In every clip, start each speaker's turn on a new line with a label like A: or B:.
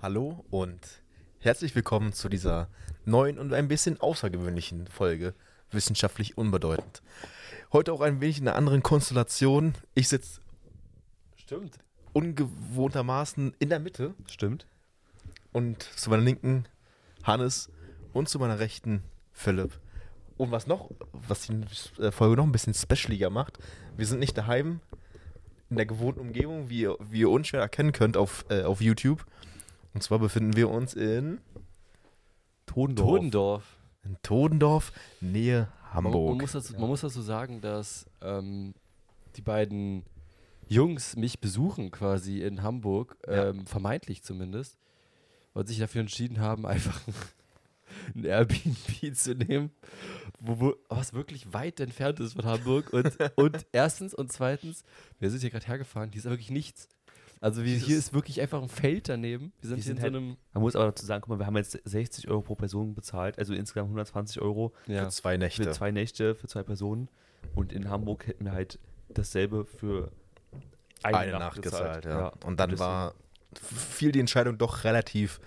A: Hallo und herzlich willkommen zu dieser neuen und ein bisschen außergewöhnlichen Folge Wissenschaftlich Unbedeutend. Heute auch ein wenig in einer anderen Konstellation. Ich sitze
B: Stimmt.
A: ungewohntermaßen in der Mitte
B: Stimmt.
A: und zu meiner linken Hannes und zu meiner rechten Philipp. Und was noch, was die äh, Folge noch ein bisschen specialiger macht, wir sind nicht daheim in der gewohnten Umgebung, wie, ihr- wie ihr unschwer erkennen könnt auf, äh, auf YouTube. Und zwar befinden wir uns in,
B: Todendorf. Todendorf.
A: in Todendorf, Nähe
B: Man,
A: Hamburg.
B: man, muss dazu, man muss dazu sagen, dass ähm, die beiden Jungs mich besuchen quasi in Hamburg,
A: Ja.
B: ähm, vermeintlich zumindest, weil sie sich dafür entschieden haben, einfach ein Airbnb zu nehmen, wo, wo, was wirklich weit entfernt ist von Hamburg. Und, und erstens und zweitens, wir sind hier gerade hergefahren, hier ist wirklich nichts. Also wir, hier ist wirklich einfach ein Feld daneben. Wir sind
C: Wir
B: hier
C: sind
B: in
C: halt-
B: so einem...
C: Man muss aber dazu sagen, guck mal, wir haben jetzt 60 Euro pro Person bezahlt, also insgesamt 120 Euro
B: Ja.
A: Zwei Nächte.
C: für zwei Nächte, für zwei Personen. Und in Hamburg hätten wir halt dasselbe für eine,
A: eine, Nacht, gezahlt, ja. Und dann
C: deswegen-
A: war fiel die Entscheidung doch relativ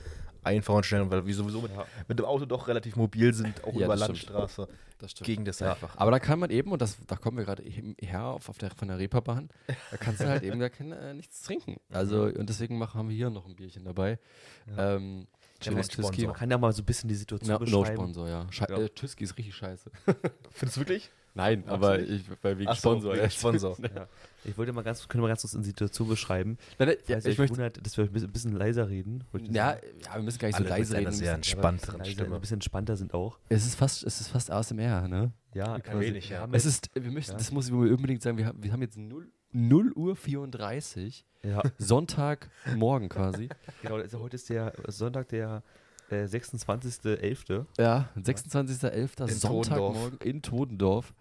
A: einfach und schnell, weil wir sowieso mit,
C: Ja.
A: mit dem Auto doch relativ mobil sind, auch
B: Ja,
A: über
B: das stimmt.
A: Landstraße.
B: Das stimmt.
A: Gegen das
B: Ja,
A: einfach.
B: aber da kann man eben, und das, da kommen wir gerade eben her auf, auf der, von der Reeperbahn, da kannst du halt eben gar kein, äh, nichts trinken. Also, und deswegen machen, haben wir hier noch ein Bierchen dabei. Ähm,
A: Ja, mit
B: schönes Tüski.
C: Man kann ja mal so ein bisschen die Situation
B: Na, no
C: beschreiben.
B: Sponsor, ja. Schei
C: Ja.
B: Äh, Tüski ist richtig scheiße.
A: Findest du wirklich?
B: Nein,
A: Magst
B: aber
A: du
B: ich, weil wegen
A: Ach so,
B: Sponsor.
A: wegen
B: ja.
A: Sponsor.
C: ja. Ich wollte mal ganz, können wir ganz kurz die Situation beschreiben.
B: Nein, nein, ja,
C: Falls
B: ich
C: ihr euch
B: möchte,
C: wundert, dass wir ein bisschen, ein bisschen leiser reden. wollte ich
B: ja,
C: sagen.
B: ja, wir müssen gar nicht so
A: Alle mit
B: leise
A: einer
B: reden.
A: sehr
B: wir müssen-
C: Leiser,
A: entspannteren
C: ein
A: Stimme.
C: bisschen entspannter sind auch.
B: Es ist fast, es ist fast ASMR, ne?
C: Ja,
A: können
C: also
A: wenig,
C: wir
A: ja.
C: haben
B: Es
C: jetzt-
B: ist, wir müssen,
C: Ja.
B: das muss ich unbedingt sagen, wir haben, wir haben jetzt 0, 0 Uhr 34,
C: ja,
B: Sonntagmorgen quasi.
C: genau, also heute ist der Sonntag, der äh, 26.11.
B: Ja,
A: In
B: 26.11. Sonntagmorgen in Todendorf.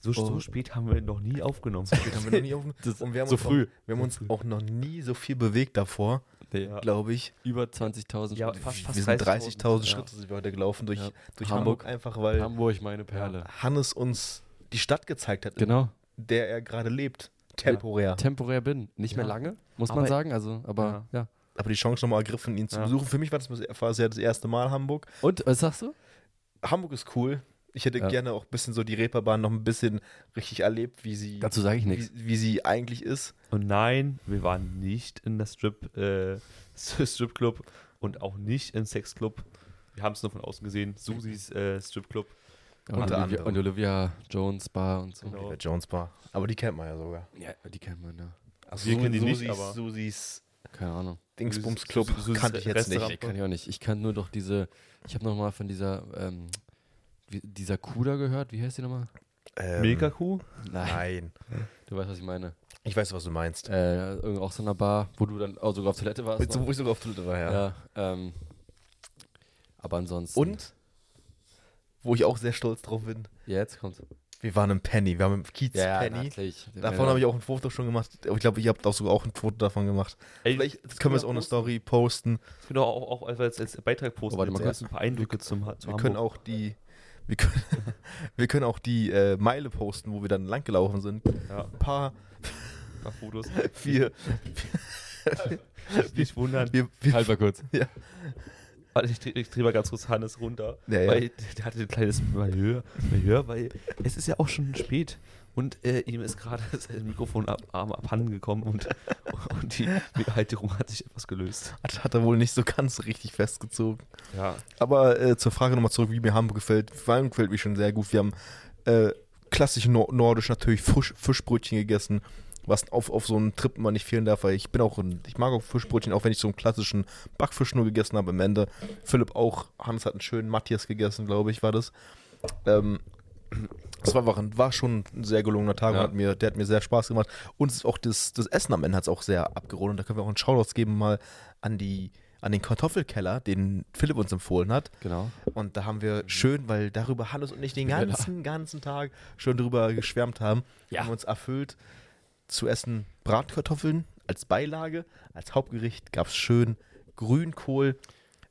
C: So,
B: Oh.
C: so spät haben wir noch nie aufgenommen.
A: Haben wir noch nie aufgenommen. und wir haben
B: so
A: uns
B: früh.
A: Auch, wir haben uns auch noch nie so viel bewegt davor,
C: Ja.
A: glaube ich.
B: Über 20.000
C: Ja,
B: Schritte.
C: fast- fast
A: wir sind 30.000
C: ja.
A: Schritte sind wir heute gelaufen durch,
B: Ja.
A: durch Hamburg.
B: Hamburg.
A: einfach weil
B: Hamburg, meine Perle.
A: Hannes uns die Stadt gezeigt hat,
B: Genau.
A: in der er gerade lebt. Temporär.
B: Temporär bin. Nicht mehr
C: Ja.
B: lange, muss
C: Aber-
B: man sagen. Also, aber ja.
A: Aber die Chance nochmal ergriffen, ihn zu
C: Ja.
A: besuchen. Für mich war das, war das ja das erste Mal Hamburg.
B: Und was sagst du?
A: Hamburg ist cool. Ich hätte
B: Ja.
A: gerne auch ein bisschen so die Reeperbahn noch ein bisschen richtig erlebt, wie sie,
B: Dazu sage ich nichts.
A: wie, wie sie eigentlich ist.
C: Und nein, wir waren nicht in der Strip, äh, Stripclub und auch nicht im Sexclub. Wir haben es nur von außen gesehen. Susis äh, Stripclub.
B: und,
A: unter
B: Olivia,
A: anderem.
B: und Olivia Jones Bar und so.
C: Genau.
A: Der Oh. Jones Bar. Aber die kennt man ja sogar.
B: Ja, die kennt man, ja.
A: Also
C: Wir kennen die nicht,
A: Susis,
C: aber-
A: Susis
B: Keine Ahnung.
A: Dingsbums Club
C: Susis- Susis
A: kannte ich jetzt
C: Restaurant.
A: nicht.
B: Kann ich auch nicht. Ich kann nur doch diese, ich habe nochmal von dieser, ähm, wie, dieser Kuda gehört. Wie heißt die nochmal?
A: Ähm,
C: Milka-Kuh?
A: Nein.
B: Du weißt, was ich meine.
A: Ich weiß, was du meinst.
B: Äh, irgend- auch so einer Bar, wo du dann auch sogar auf Toilette warst.
A: Mit so,
B: noch.
A: wo ich sogar auf Toilette war, ja.
B: Ja, ähm, aber ansonsten.
A: Und, wo ich auch sehr stolz drauf bin,
B: Ja, jetzt kommt.
A: wir waren im Penny. Wir haben im Kiez Penny.
B: natürlich.
A: Davon habe ich auch ein Foto schon gemacht. Ich glaube, ihr habt auch sogar auch ein Foto davon gemacht.
C: Ey,
A: Vielleicht können wir es auch eine
C: posten.
A: Story posten.
C: Das können wir auch, auch als, als Beitrag posten.
B: Oh, warte mal
C: Jetzt erst ein paar Eindrücke zum, zum
A: Wir können
C: Hamburg.
A: auch die, wir können, wir können auch die äh, Meile posten, wo wir dann lang gelaufen sind.
C: Ja,
A: Ein paar,
C: ein paar Fotos.
A: wir,
C: Nicht wundern.
A: wir, wir
B: Halt mal kurz.
C: Warte, ich, dreh- ich drehe mal ganz kurz Hannes runter.
A: Ja, ja.
C: weil der hatte ein kleines Malheur, Malheur, weil es ist ja auch schon spät und äh, ihm ist gerade das Mikrofon ab, Arm abhanden gekommen und, und die Halterung hat sich etwas gelöst.
A: hat, hat er wohl nicht so ganz richtig festgezogen.
C: Ja.
A: Aber äh, zur Frage nochmal zurück, wie mir Hamburg gefällt. Vor allem gefällt mir schon sehr gut. Wir haben äh, klassisch nor nordisch natürlich Fisch, Fischbrötchen gegessen, was auf, auf so einen Trip immer nicht fehlen darf, weil ich bin auch ein, ich mag auch Fischbrötchen, auch wenn ich so einen klassischen Backfisch nur gegessen habe am Ende. Philipp auch, Hans hat einen schönen Matthias gegessen, glaube ich, war das. Ähm, es war, einfach ein- war schon ein sehr gelungener Tag
B: Ja.
A: und hat mir, der hat mir sehr Spaß gemacht. Und es ist auch das, das Essen am Ende hat es auch sehr abgerundet. Da können wir auch einen Shoutout geben mal an, die, an den Kartoffelkeller, den Philipp uns empfohlen hat.
B: Genau.
A: Und da haben wir schön, weil darüber Hannes und ich den
B: Ja.
A: ganzen, ganzen Tag schon drüber geschwärmt haben,
B: Ja.
A: haben wir uns erfüllt zu essen Bratkartoffeln als Beilage, als Hauptgericht gab es schön Grünkohl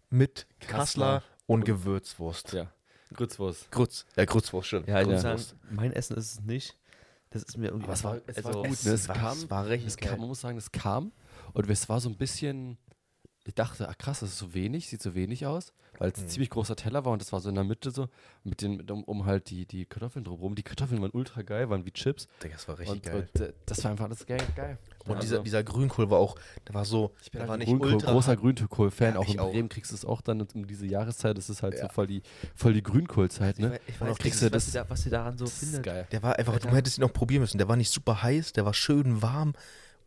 A: mit Kassler,
B: Kassler.
A: und Gewürzwurst.
B: Ja. Grützwurst.
A: Grütz, ja, Grützwurst, stimmt.
C: Ja, ich muss sagen,
A: Grützwurst.
C: mein Essen ist es nicht. Das ist mir irgendwie.
B: Aber es war- es war
C: also,
B: gut.
A: Es
B: ne? Es
A: war,
B: kam-
A: es war richtig
B: Es kam,
A: geil.
B: man muss sagen, es kam und es war so ein bisschen ich dachte, ah, krass, das ist so wenig, sieht so wenig aus, weil
A: Mhm.
B: es ein ziemlich großer Teller war und das war so in der Mitte so, mit den, mit, um, um halt die, die Kartoffeln drumherum. Die Kartoffeln waren ultra geil, waren wie Chips.
A: Digga, das war richtig
B: Und,
A: geil.
B: und äh, das war einfach alles geil. geil. Also
A: Und, dieser, dieser Grünkohl war auch, der war so,
B: ich bin
A: der
B: halt
A: war
B: ein
A: nicht
B: Grünkohl,
A: ultra.
B: großer Grünkohl-Fan.
A: Ja,
B: auch in
A: ich auch.
B: Bremen kriegst du es auch dann um diese Jahreszeit. Das ist halt so
A: Ja.
B: voll die, voll die Grünkohlzeit, ne?
C: Ich
B: Und
C: weiß
B: auch kriegst
C: nicht,
B: du
C: was,
B: das-
C: ihr da, was ihr daran so
B: Das ist
C: findet.
B: geil.
A: Der war einfach,
C: Alter.
A: du hättest ihn auch probieren müssen. Der war nicht super heiß, der war schön warm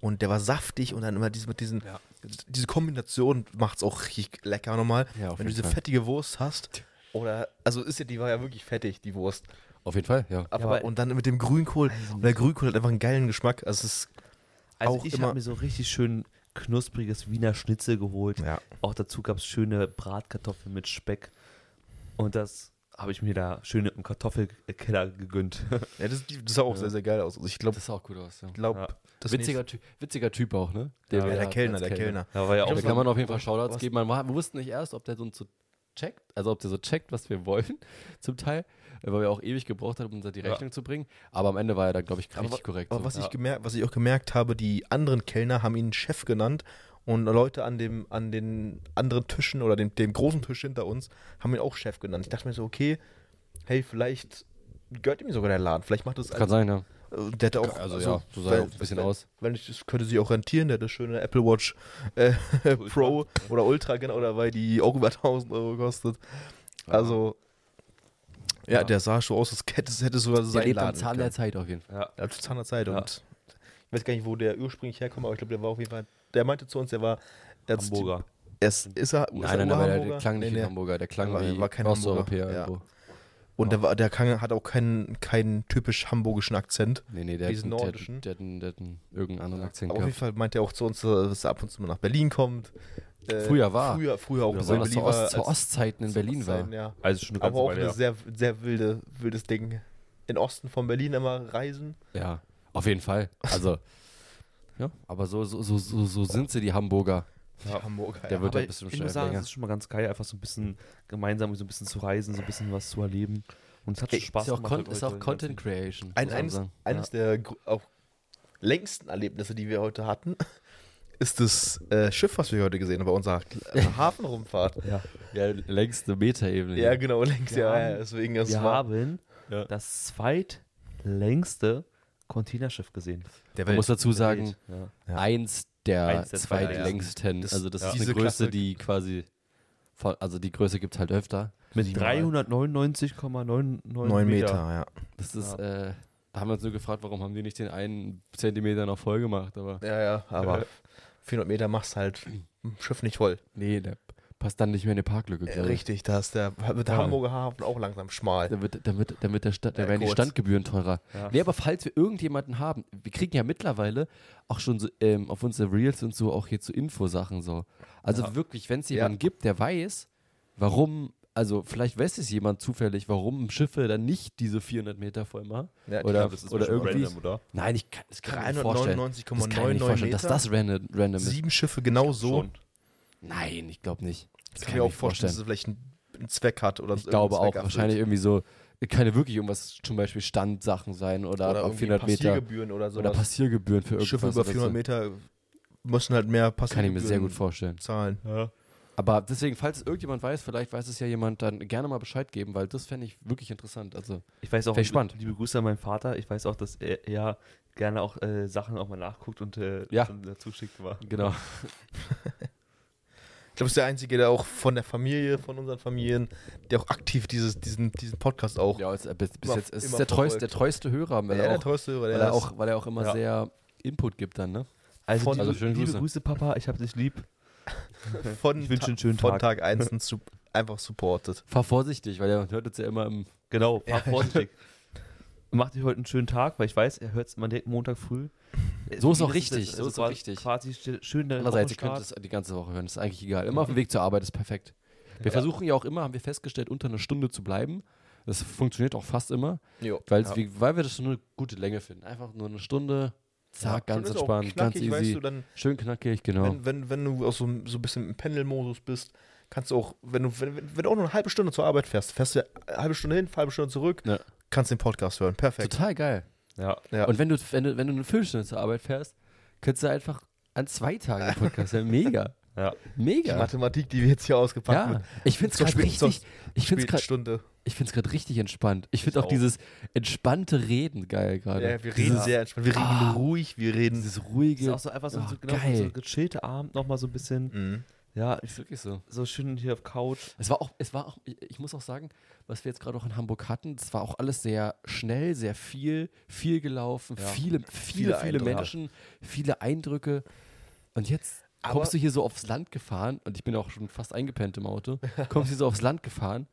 A: und der war saftig und dann immer diese, mit diesen,
B: Ja.
A: diese Kombination macht's auch richtig lecker nochmal.
B: Ja, auf
A: Wenn du
B: jeden
A: diese
B: Fall.
A: fettige Wurst hast, oder, also ist ja, die war ja wirklich fettig, die Wurst.
B: Auf jeden Fall, ja.
A: Aber,
C: aber-
A: und dann mit dem Grünkohl,
B: Also
A: und der Grünkohl hat einfach einen geilen Geschmack. Also es ist,
C: Also
A: Auch
C: ich
A: immer-
C: habe mir so richtig schön knuspriges Wiener Schnitzel geholt.
A: ja,
C: Auch dazu gab es schöne Bratkartoffeln mit Speck. Und das habe ich mir da schön im Kartoffelkeller gegönnt.
A: das, das sah auch sehr, sehr geil aus. Also ich glaube,
B: Das sah auch gut aus, ja.
A: glaub,
C: Ja.
A: das
B: Witziger, typ, witziger Typ auch, ne?
A: nächste-
B: wir
A: ja, der
B: da
A: Kellner,
B: als
A: der Kellner.
C: Da war ja
B: Da
C: auch
B: kann man auf jeden Fall Shoutouts
A: was-
B: geben. Man, war- wir wussten nicht erst, ob der so so checkt, also ob der so checkt, was wir wollen, zum Teil, weil wir auch ewig gebraucht haben, um uns die
C: Ja.
B: Rechnung zu bringen. Aber am Ende war er dann, glaube ich,
A: Aber
B: richtig korrekt.
A: Aber
B: so.
A: was,
B: ja.
A: ich gemerkt, was ich auch gemerkt habe, die anderen Kellner haben ihn Chef genannt und Leute an, dem, an den anderen Tischen oder dem, dem großen Tisch hinter uns haben ihn auch Chef genannt. Ich dachte mir so, okay, hey, vielleicht gehört ihm sogar der Laden. Vielleicht macht das
B: Kann sein, ja.
A: äh, Der hätte auch.
B: Also, ja, so sah er auch ein bisschen
A: wenn,
B: aus.
A: Wenn ich, das könnte sich auch rentieren, der hätte schöne Apple Watch äh, Pro oder Ultra, genau, oder weil die auch über 1000 Euro kostet. Also. Ja,
B: Ja.
A: der sah schon aus, als hätte es hätte sogar
B: Der
A: sein
B: lebt am
A: Laden.
B: Zahn
A: können.
B: der Zeit auf jeden Fall.
C: Ja.
A: Ja, zu seiner Zeit.
C: Ja.
A: Und ich weiß gar nicht, wo der ursprünglich herkommt, aber ich glaube, der war auf jeden Fall. Der meinte zu uns, der war. Er hat-
C: Hamburger.
A: Er ist, ist er. ist er
B: Nein, nein, aber der, der
A: Ur-Hamburger?
B: klang nicht
A: Nee,
B: wie
A: nee.
B: ein Hamburger, der klang
A: War-
B: wie
A: war kein
B: Osteuropäer
A: Hamburger, ja.
B: irgendwo.
A: Und der, war, der klang, hat auch keinen, keinen typisch hamburgischen Akzent.
B: Nee, nee, der hat,
A: Diesen
B: einen- der, hat-
A: nordischen.
B: der, hat einen- der hat einen irgendeinen anderen Akzent
A: Aber auf jeden
B: gehabt.
A: Fall meinte er auch zu uns, dass er ab und zu mal nach Berlin kommt. Äh,
B: Früher war.
A: Früher, früher auch. dass er in
B: Besonders zu,
A: Berlin
B: Ost,
A: war,
B: zu
A: als-
B: Ostzeiten in
A: zu
B: Berlin war.
A: Ostzeiten, Ja.
C: Also schon eine
A: Aber
C: ganze
A: auch
C: Weile,
A: ein
C: ja.
A: sehr, sehr wilde, wildes Ding. In Osten von Berlin immer reisen.
B: Ja, auf jeden Fall. Also, ja, aber so, so, so, so, so sind sie, die Hamburger.
A: Die Hamburger.
B: Der
A: ja.
B: wird
C: Aber
B: ja bestimmt
C: ich
B: schnell
C: muss sagen,
B: länger.
C: es ist schon mal ganz geil, einfach so ein bisschen gemeinsam so ein bisschen zu reisen, so ein bisschen was zu erleben. Und es hat schon Spaß
B: ist ja auch,
C: gemacht.
B: Con
C: mit
B: ist
C: euch
B: auch
C: den
B: Content
C: ganzen-
B: Creation.
A: Ein,
B: muss man
A: eines
B: sagen.
A: eines der gr- auch längsten Erlebnisse, die wir heute hatten, ist das äh, Schiff, was wir heute gesehen haben bei unserer äh, Kl- Hafenrumfahrt.
C: Ja.
B: Ja, längste Metaebene.
A: ja, genau, längst,
C: Wir
A: ja,
C: haben-
A: ja, deswegen, das
C: Wir
A: war
C: haben
B: Ja.
C: das zweitlängste Containerschiff gesehen.
A: der
B: Man muss dazu sagen,
C: Welt, ja.
A: Ja.
B: eins der
C: Eins der zwei,
B: zweitlängsten.
A: Das-
B: also das
A: ja.
B: ist eine
A: diese
B: Größe,
A: Klasse-
B: die quasi, von, also die Größe gibt es halt öfter.
C: Mit 399,99
A: 9 Meter,
C: Meter.
A: ja.
B: Das ist, äh, da haben wir uns nur gefragt, warum haben die nicht den einen Zentimeter noch voll gemacht, aber
A: Ja, ja, aber 400 Meter machst halt ein Schiff nicht voll.
B: nee, der passt dann nicht mehr in eine Parklücke.
A: Äh,
B: glaub ich.
A: richtig, da ist der, wird der
B: Ja.
A: Hamburger Hafen auch langsam schmal.
B: Da wird, da wird, da wird der Sta- da
A: Ja,
B: werden die
A: kurz.
B: Standgebühren teurer.
C: Ja.
B: Nee, aber falls wir irgendjemanden haben, wir kriegen ja mittlerweile auch schon so, ähm, auf unsere Reels und so auch hier zu Infosachen so. Also wirklich, wenn es jemanden
A: Ja.
B: gibt, der weiß, warum, also vielleicht weiß es jemand zufällig, warum Schiffe dann nicht diese 400 Meter voll machen.
A: Ja, ich
B: oder
A: glaub,
B: oder irgendwie.
C: oder?
B: Nein, ich kann, das kann ich mir vorstellen. Das kann ich mir nicht
A: 399,99
B: vorstellen,
A: Meter.
B: dass das random, random ist.
A: sieben Schiffe genau so.
C: Schon.
B: Nein, ich glaube nicht.
A: Das kann ich mir auch vorstellen, dass es vielleicht einen, einen Zweck hat oder
B: Ich glaube auch,
A: irgendeinen Zweck
B: wahrscheinlich
A: erfüllt.
B: irgendwie so, kann ja wirklich irgendwas, zum Beispiel Standsachen sein oder,
A: oder
B: ab
A: irgendwie
B: 400 Meter.
A: Passiergebühren oder so.
B: Oder Passiergebühren für irgendwas.
A: Schiffe über
B: oder
A: 400 Meter müssen halt mehr
B: So. Kann ich mir sehr gut
A: Passagiergebühren
B: vorstellen.
A: zahlen.
C: Ja.
B: Aber deswegen, falls es irgendjemand weiß, vielleicht weiß es ja jemand, dann gerne mal Bescheid geben, weil das fände ich wirklich interessant. Also,
C: Ich weiß auch,
B: Vielleicht spannend.
C: liebe Grüße an meinen Vater, ich weiß auch, dass er, er gerne auch äh, Sachen auch mal nachguckt und äh,
B: Ja.
C: dann dazu schickt war.
B: genau.
A: Ich glaube, es ist der Einzige, der auch von der Familie, von unseren Familien, der auch aktiv dieses, diesen, diesen Podcast auch.
B: Ja, es, bis, bis
A: Immer-
B: jetzt es ist
A: immer
B: der treueste,
A: verfolgt.
B: der treueste Hörer, weil,
A: Ja,
B: er,
A: der
B: auch,
A: treueste Hörer,
B: weil,
A: der
B: er,
A: ist-
B: auch, weil er auch immer
C: Ja.
B: sehr Input gibt dann, ne?
C: Also,
A: Von-
C: liebe,
B: also schöne
C: liebe
B: Grüße.
C: Grüße. Papa, ich hab dich lieb.
A: von,
C: Ich wünsche einen
A: Ta-
C: schönen
A: von
C: Tag.
A: Tag 1 su einfach supportet.
B: Fahr vorsichtig, weil er hört uns ja immer im.
C: Genau, fahr vorsichtig. Macht euch heute einen schönen Tag, weil ich weiß, er hört es immer direkt Montag früh. Äh,
B: So ist
C: Für
B: auch
C: ihn
B: richtig,
C: es-
B: so
C: also
B: ist auch
C: quasi-
B: richtig.
C: Quasi ste- schön der
B: Andererseits, ihr könnt
C: Wochenstart.
B: es die ganze Woche hören, ist eigentlich egal. Immer auf dem Weg zur Arbeit ist perfekt. Wir versuchen ja auch immer, haben wir festgestellt, unter einer Stunde zu bleiben. Das funktioniert auch fast immer.
A: Jo.
B: Weil, wir, weil wir das so eine gute Länge finden. Einfach nur eine Stunde, zack, ganz entspannt, ganz easy.
A: Weißt du, dann,
B: Schön knackig, genau.
A: wenn, wenn, wenn du auch so, ein- so ein bisschen im Pendelmodus bist, kannst du auch, wenn du, wenn, wenn wenn du auch nur eine halbe Stunde zur Arbeit fährst, fährst du eine halbe Stunde hin, eine halbe Stunde zurück,
B: Ja.
A: kannst den Podcast hören. Perfekt.
B: Total geil.
C: Ja,
A: Ja.
B: Und wenn du, wenn, du, wenn du eine Viertelstunde zur Arbeit fährst, könntest du einfach an zwei Tagen Podcast hören. Mega.
C: Ja.
A: Die
B: Mega.
A: Mathematik, die wir jetzt hier ausgepackt
B: Ja,
A: haben.
B: ich finde es
A: Zur
B: gerade
A: spä- zur
B: richtig, ich find's grad,
A: Stunde.
B: ich find's grad richtig entspannt. Ich finde
C: Ich
B: auch,
C: auch.
B: dieses entspannte Reden geil gerade.
A: Ja, wir reden
B: Dieses-
A: sehr entspannt. Wir reden
B: Ah.
A: ruhig, wir reden.
B: Dieses
C: Ist
B: ruhige.
C: auch so einfach so,
B: Ja,
C: so, genau,
B: Ah, geil.
C: so ein gechillter Abend nochmal so ein bisschen.
A: Mhm.
C: Ja,
B: ist wirklich so.
C: so schön hier auf Couch.
B: Es war auch, es war auch, ich ich muss auch sagen, was wir jetzt gerade auch in Hamburg hatten, es war auch alles sehr schnell, sehr viel, viel gelaufen,
C: Ja.
B: viele, viele, viele,
A: Eindrücke.
B: Menschen, viele Eindrücke. Und jetzt
A: Aber-
B: kommst du hier so aufs Land gefahren, und ich bin auch schon fast eingepennt im Auto, kommst hier so aufs Land gefahren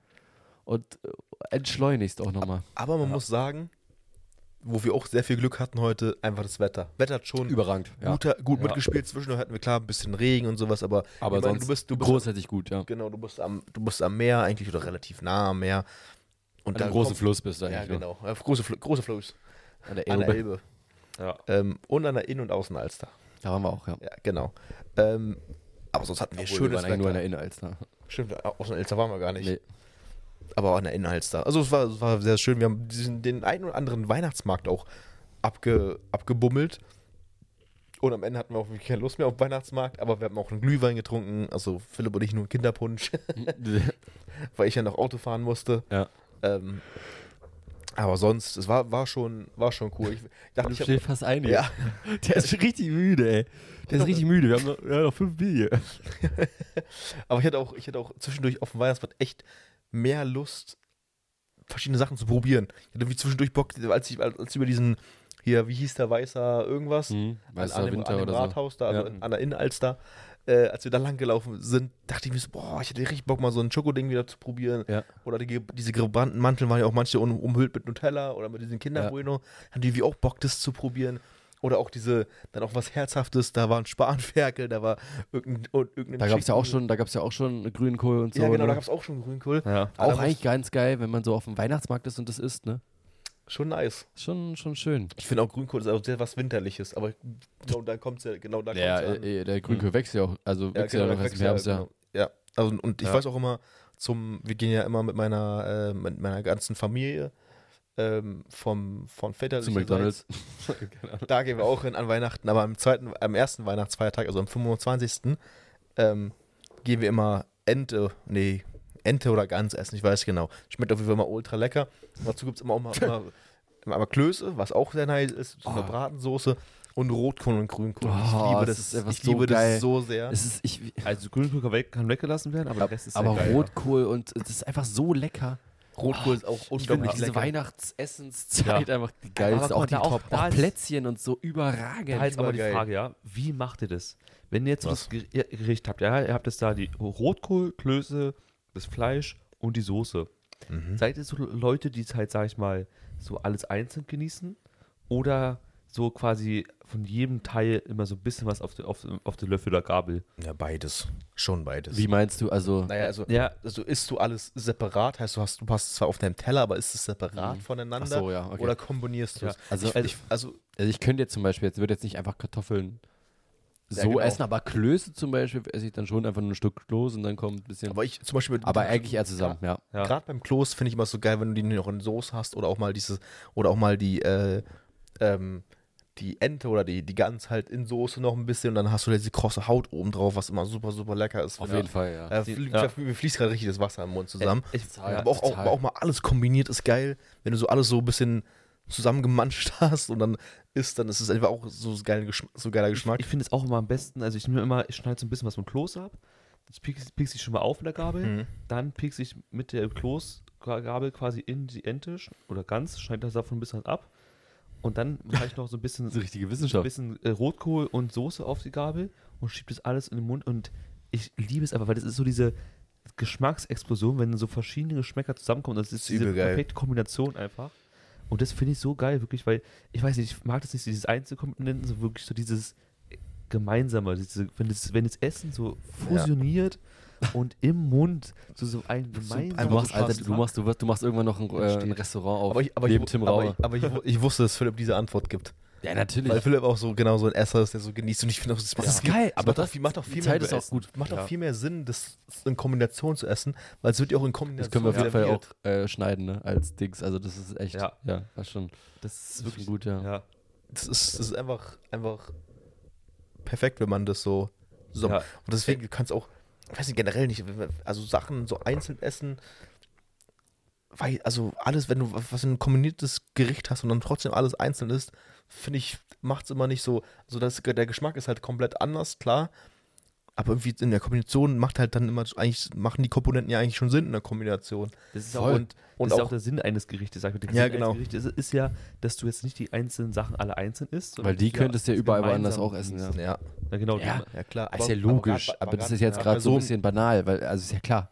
B: und äh, entschleunigst auch nochmal.
A: Aber man muss sagen, wo wir auch sehr viel Glück hatten heute, einfach das Wetter. Wetter hat schon
B: Überrangt. Ja.
A: guter, gut
B: Ja.
A: mitgespielt. Zwischendurch hatten wir klar ein bisschen Regen und sowas, aber,
B: Aber
A: ich meine,
B: sonst
A: du bist, du bist
B: Großartig gut, ja.
A: Genau, du bist am, du bist am Meer eigentlich oder relativ nah am Meer. Und
B: An einem
A: dann
B: großen
A: kommt-
B: Fluss bist du eigentlich. ne?
A: Ja,
B: nur.
A: genau. Auf große, Fl große Fluss.
B: An der
A: An der
B: Elbe.
A: Elbe.
C: Ja.
A: Ähm, und an der Innen- und Außenalster.
B: Da waren wir auch, ja.
A: Ja, genau. Ähm, aber sonst hatten wir
B: Obwohl,
A: schönes
B: waren eigentlich nur
A: Wetter.
B: in der Innenalster.
A: Stimmt, äh, Außenalster waren wir gar nicht.
B: Nee.
A: Aber auch an der Innenalster. Also es war, es war sehr schön. Wir haben diesen, den einen oder anderen Weihnachtsmarkt auch abge, abgebummelt. Und am Ende hatten wir auch wirklich keine Lust mehr auf Weihnachtsmarkt, aber wir haben auch einen Glühwein getrunken. Also Philipp und ich nur einen Kinderpunsch. weil ich ja noch Auto fahren musste.
B: Ja.
A: Ähm, aber sonst, es war, war, schon, war schon cool. Ich, ich dachte,
B: Du
A: ich hab,
B: steht fast einig.
A: ja,
B: Der ist richtig müde, ey. Der ist richtig müde. Wir haben noch, wir haben noch fünf Bier. hier.
A: aber ich hatte, auch, ich hatte auch zwischendurch auf dem Weihnachtsmarkt echt mehr Lust, verschiedene Sachen zu probieren. Ich hatte wie zwischendurch Bock, als ich, als ich über diesen, hier, wie hieß der, Weißer irgendwas? an,
B: Hm, Weißer
A: an, dem, an
B: Mhm. Winter
A: dem
B: oder so.
A: Rathaus da, also
B: Ja.
A: an der Innenalster. Äh, als wir da lang gelaufen sind, dachte ich mir so, boah, ich hätte richtig Bock, mal so ein Schokoding wieder zu probieren.
B: Ja.
A: Oder die, Ge- diese gebrannten Manteln waren ja auch manche um, umhüllt mit Nutella oder mit diesen Kinderbueno. Hatten die wie auch Bock, das zu probieren. Oder auch diese, dann auch was Herzhaftes, da waren Spanferkel, da war irgendein, und irgendein
B: Da gab es ja auch
A: Chicken.
B: schon, da gab's ja auch schon Grünkohl und so.
A: Ja, genau,
B: ne?
A: da gab es auch schon Grünkohl.
C: Äh, Ja.
A: Aber
B: auch eigentlich ganz geil, wenn man so auf dem Weihnachtsmarkt ist und das isst, ne?
A: Schon nice.
B: Schon, schon schön.
A: Ich finde auch Grünkohl ist auch sehr was Winterliches, aber genau da kommt es ja, genau da
B: Ja,
A: kommt's an.
B: äh, äh, der Grünkohl wächst ja auch. Also
A: Ja,
B: wächst ja,
A: genau,
B: noch
A: da
B: erst im
A: wächst ja,
B: Herbst, ja.
A: genau. ja. Also, und ich
C: Ja.
A: weiß auch immer, zum, wir gehen ja immer mit meiner, äh, mit meiner ganzen Familie ähm, vom, von
B: Zu
A: väterlicherseits.
B: McDonalds.
A: Da gehen wir auch hin an Weihnachten, aber am zweiten, am ersten Weihnachtsfeiertag, also am 25. Ähm, gehen wir immer Ente, nee, Ente oder Gans essen, ich weiß genau. Schmeckt auf jeden Fall immer ultra lecker. Dazu gibt es immer auch mal, immer, immer, immer Klöße, was auch sehr nice ist, so eine
B: Oh.
A: Bratensoße und Rotkohl und Grünkohl.
B: Oh,
A: ich liebe
B: das
A: das,
B: ist einfach
A: ich
B: so
A: liebe
B: geil.
A: das so sehr.
B: Es ist, ich,
C: Also Grünkohl kann, weg, kann weggelassen werden, aber der Rest ist
B: aber
C: sehr geil.
B: Rotkohl und das ist einfach so lecker. Oh,
A: Rotkohl ist auch
B: Ich finde
A: unglaublich
B: diese
A: lecker.
B: Weihnachtsessenszeit einfach die
C: Aber guck
B: geilste.
C: mal,
B: Auch Halt die
C: da auch-
B: Top.
C: da
B: Auch
C: ist-
B: Plätzchen und so
C: Da
B: überragend.
C: jetzt aber die
A: Übergeil.
C: Frage, ja, wie macht ihr das? Wenn ihr jetzt so
A: Was?
C: das Ger- ihr Gericht habt, ja, ihr habt jetzt da die Rotkohl, Klöße, das Fleisch und die Soße.
A: Mhm.
C: Seid ihr so Leute, die es halt, sag ich mal, so alles einzeln genießen? Oder so quasi von jedem Teil immer so ein bisschen was auf der auf, auf den Löffel oder Gabel?
A: Ja, beides. Schon beides.
B: Wie meinst du, also.
A: Naja, also,
C: Ja.
A: also isst du alles separat, heißt du hast, du hast es zwar auf deinem Teller, aber ist es separat voneinander
B: Mhm. Ach so, ja, okay.
A: oder kombinierst du es?
C: Ja,
B: also-
A: ich, ich, also
B: Also ich könnte jetzt zum Beispiel, jetzt würde jetzt nicht einfach Kartoffeln so
A: Ja, genau.
B: essen, aber Klöße zum Beispiel esse ich dann schon einfach nur ein Stück Kloß und dann kommt ein bisschen. Aber,
A: aber ich zum Beispiel mit-
B: eigentlich eher zusammen, ja.
C: Ja.
A: gerade beim Kloß finde ich immer so geil, wenn du die noch in Soße hast oder auch mal dieses oder auch mal die äh, ähm, die Ente oder die, die Gans halt in Soße noch ein bisschen und dann hast du diese krosse Haut oben drauf, was immer super, super lecker ist.
B: Auf
A: Ja.
B: jeden Fall, ja.
A: Äh, flie
C: Ja.
A: Mir fließt gerade richtig das Wasser im Mund zusammen.
C: Ich, ja,
A: aber auch, auch,
B: total.
A: aber auch mal alles kombiniert ist geil. Wenn du so alles so ein bisschen zusammengemanscht hast und dann isst, dann ist es einfach auch so, geil, so geiler Geschmack.
C: ich finde es auch immer am besten, also ich nehme immer, ich schneide so ein bisschen was vom Kloß ab, das piekse piekse ich schon mal auf mit der Gabel,
A: Mhm.
C: dann piekse ich mit der Kloßgabel quasi in die Ente sch- oder ganz, schneide das davon ein bisschen was ab und dann mache ich noch so ein bisschen,
B: Das ist eine richtige
C: ein
B: Wissenschaft.
C: bisschen äh, Rotkohl und Soße auf die Gabel und schiebe das alles in den Mund und ich liebe es einfach, weil das ist so diese Geschmacksexplosion, wenn so verschiedene Geschmäcker zusammenkommen, das ist
A: Ist übel
C: diese
A: geil.
C: perfekte Kombination einfach. Und das finde ich so geil, wirklich, weil ich weiß nicht, ich mag das nicht, so dieses Einzelkomponenten, so wirklich so dieses gemeinsame, diese, wenn, das, wenn das Essen so fusioniert und im Mund zu so einem
B: Du
C: gemeinsamen
B: machst, Alter,
C: Geschmack-
B: du
A: ne?
B: machst, du wirst, du machst irgendwann noch ein, äh, ein
C: Entsteht.
B: Restaurant auf
A: Aber ich, aber, ich,
B: neben
A: wu-
B: Tim
A: aber,
B: Rauer.
A: ich, aber ich, wu- ich wusste, dass Philipp diese Antwort gibt.
B: ja, natürlich.
A: Weil Philipp auch so genau so ein Esser ist, der so genießt und ich finde auch, das, macht
B: ist
A: viel-
B: geil, aber
A: macht
B: das-
A: auch viel, macht auch
B: die
A: viel
B: Zeit
A: mehr
B: ist auch
A: Essen.
B: gut.
A: Macht
C: Ja.
A: auch viel mehr Sinn, das in Kombination zu essen, weil es wird ja auch in Kombination
B: das können wir auf jeden Fall
A: serviert.
B: auch äh, schneiden, ne? Als Dings. Also das ist echt. Ja,
C: Ja.
B: ja das ist schon,
C: das
B: das ist
C: ist
B: schon
C: wirklich
B: gut, ja.
C: Ja.
A: Das ist, das ist einfach, einfach perfekt, wenn man das so zusammen.
C: Ja.
A: Und deswegen du kannst auch, ich weiß nicht, generell nicht, wenn wir- also Sachen so einzeln essen, weil, also alles, wenn du was in ein kombiniertes Gericht hast und dann trotzdem alles einzeln ist, finde ich, macht es immer nicht so, so dass der Geschmack ist halt komplett anders, klar. Aber irgendwie in der Kombination macht halt dann immer eigentlich, machen die Komponenten ja eigentlich schon Sinn in der Kombination.
C: Das ist
B: Voll.
C: auch,
A: Und, und
C: das ist
A: auch,
C: auch der Sinn eines Gerichtes, sag ich mal. Der
A: Ja,
C: Sinn
A: genau.
C: eines Gerichtes ist, ist ja, dass du jetzt nicht die einzelnen Sachen alle einzeln isst. sondern
B: Weil die
C: dass du
B: könntest du ja überall
C: gemeinsam
B: woanders auch essen. Ja.
A: ja,
C: isst. Ja, genau.
B: Ja.
C: die-
A: ja klar.
B: Ah, Ist ja
A: Aber-
B: logisch,
A: grad-
B: aber, das ist jetzt
A: ja,
B: gerade so ein
A: Person-
B: bisschen banal, weil, also ist ja klar.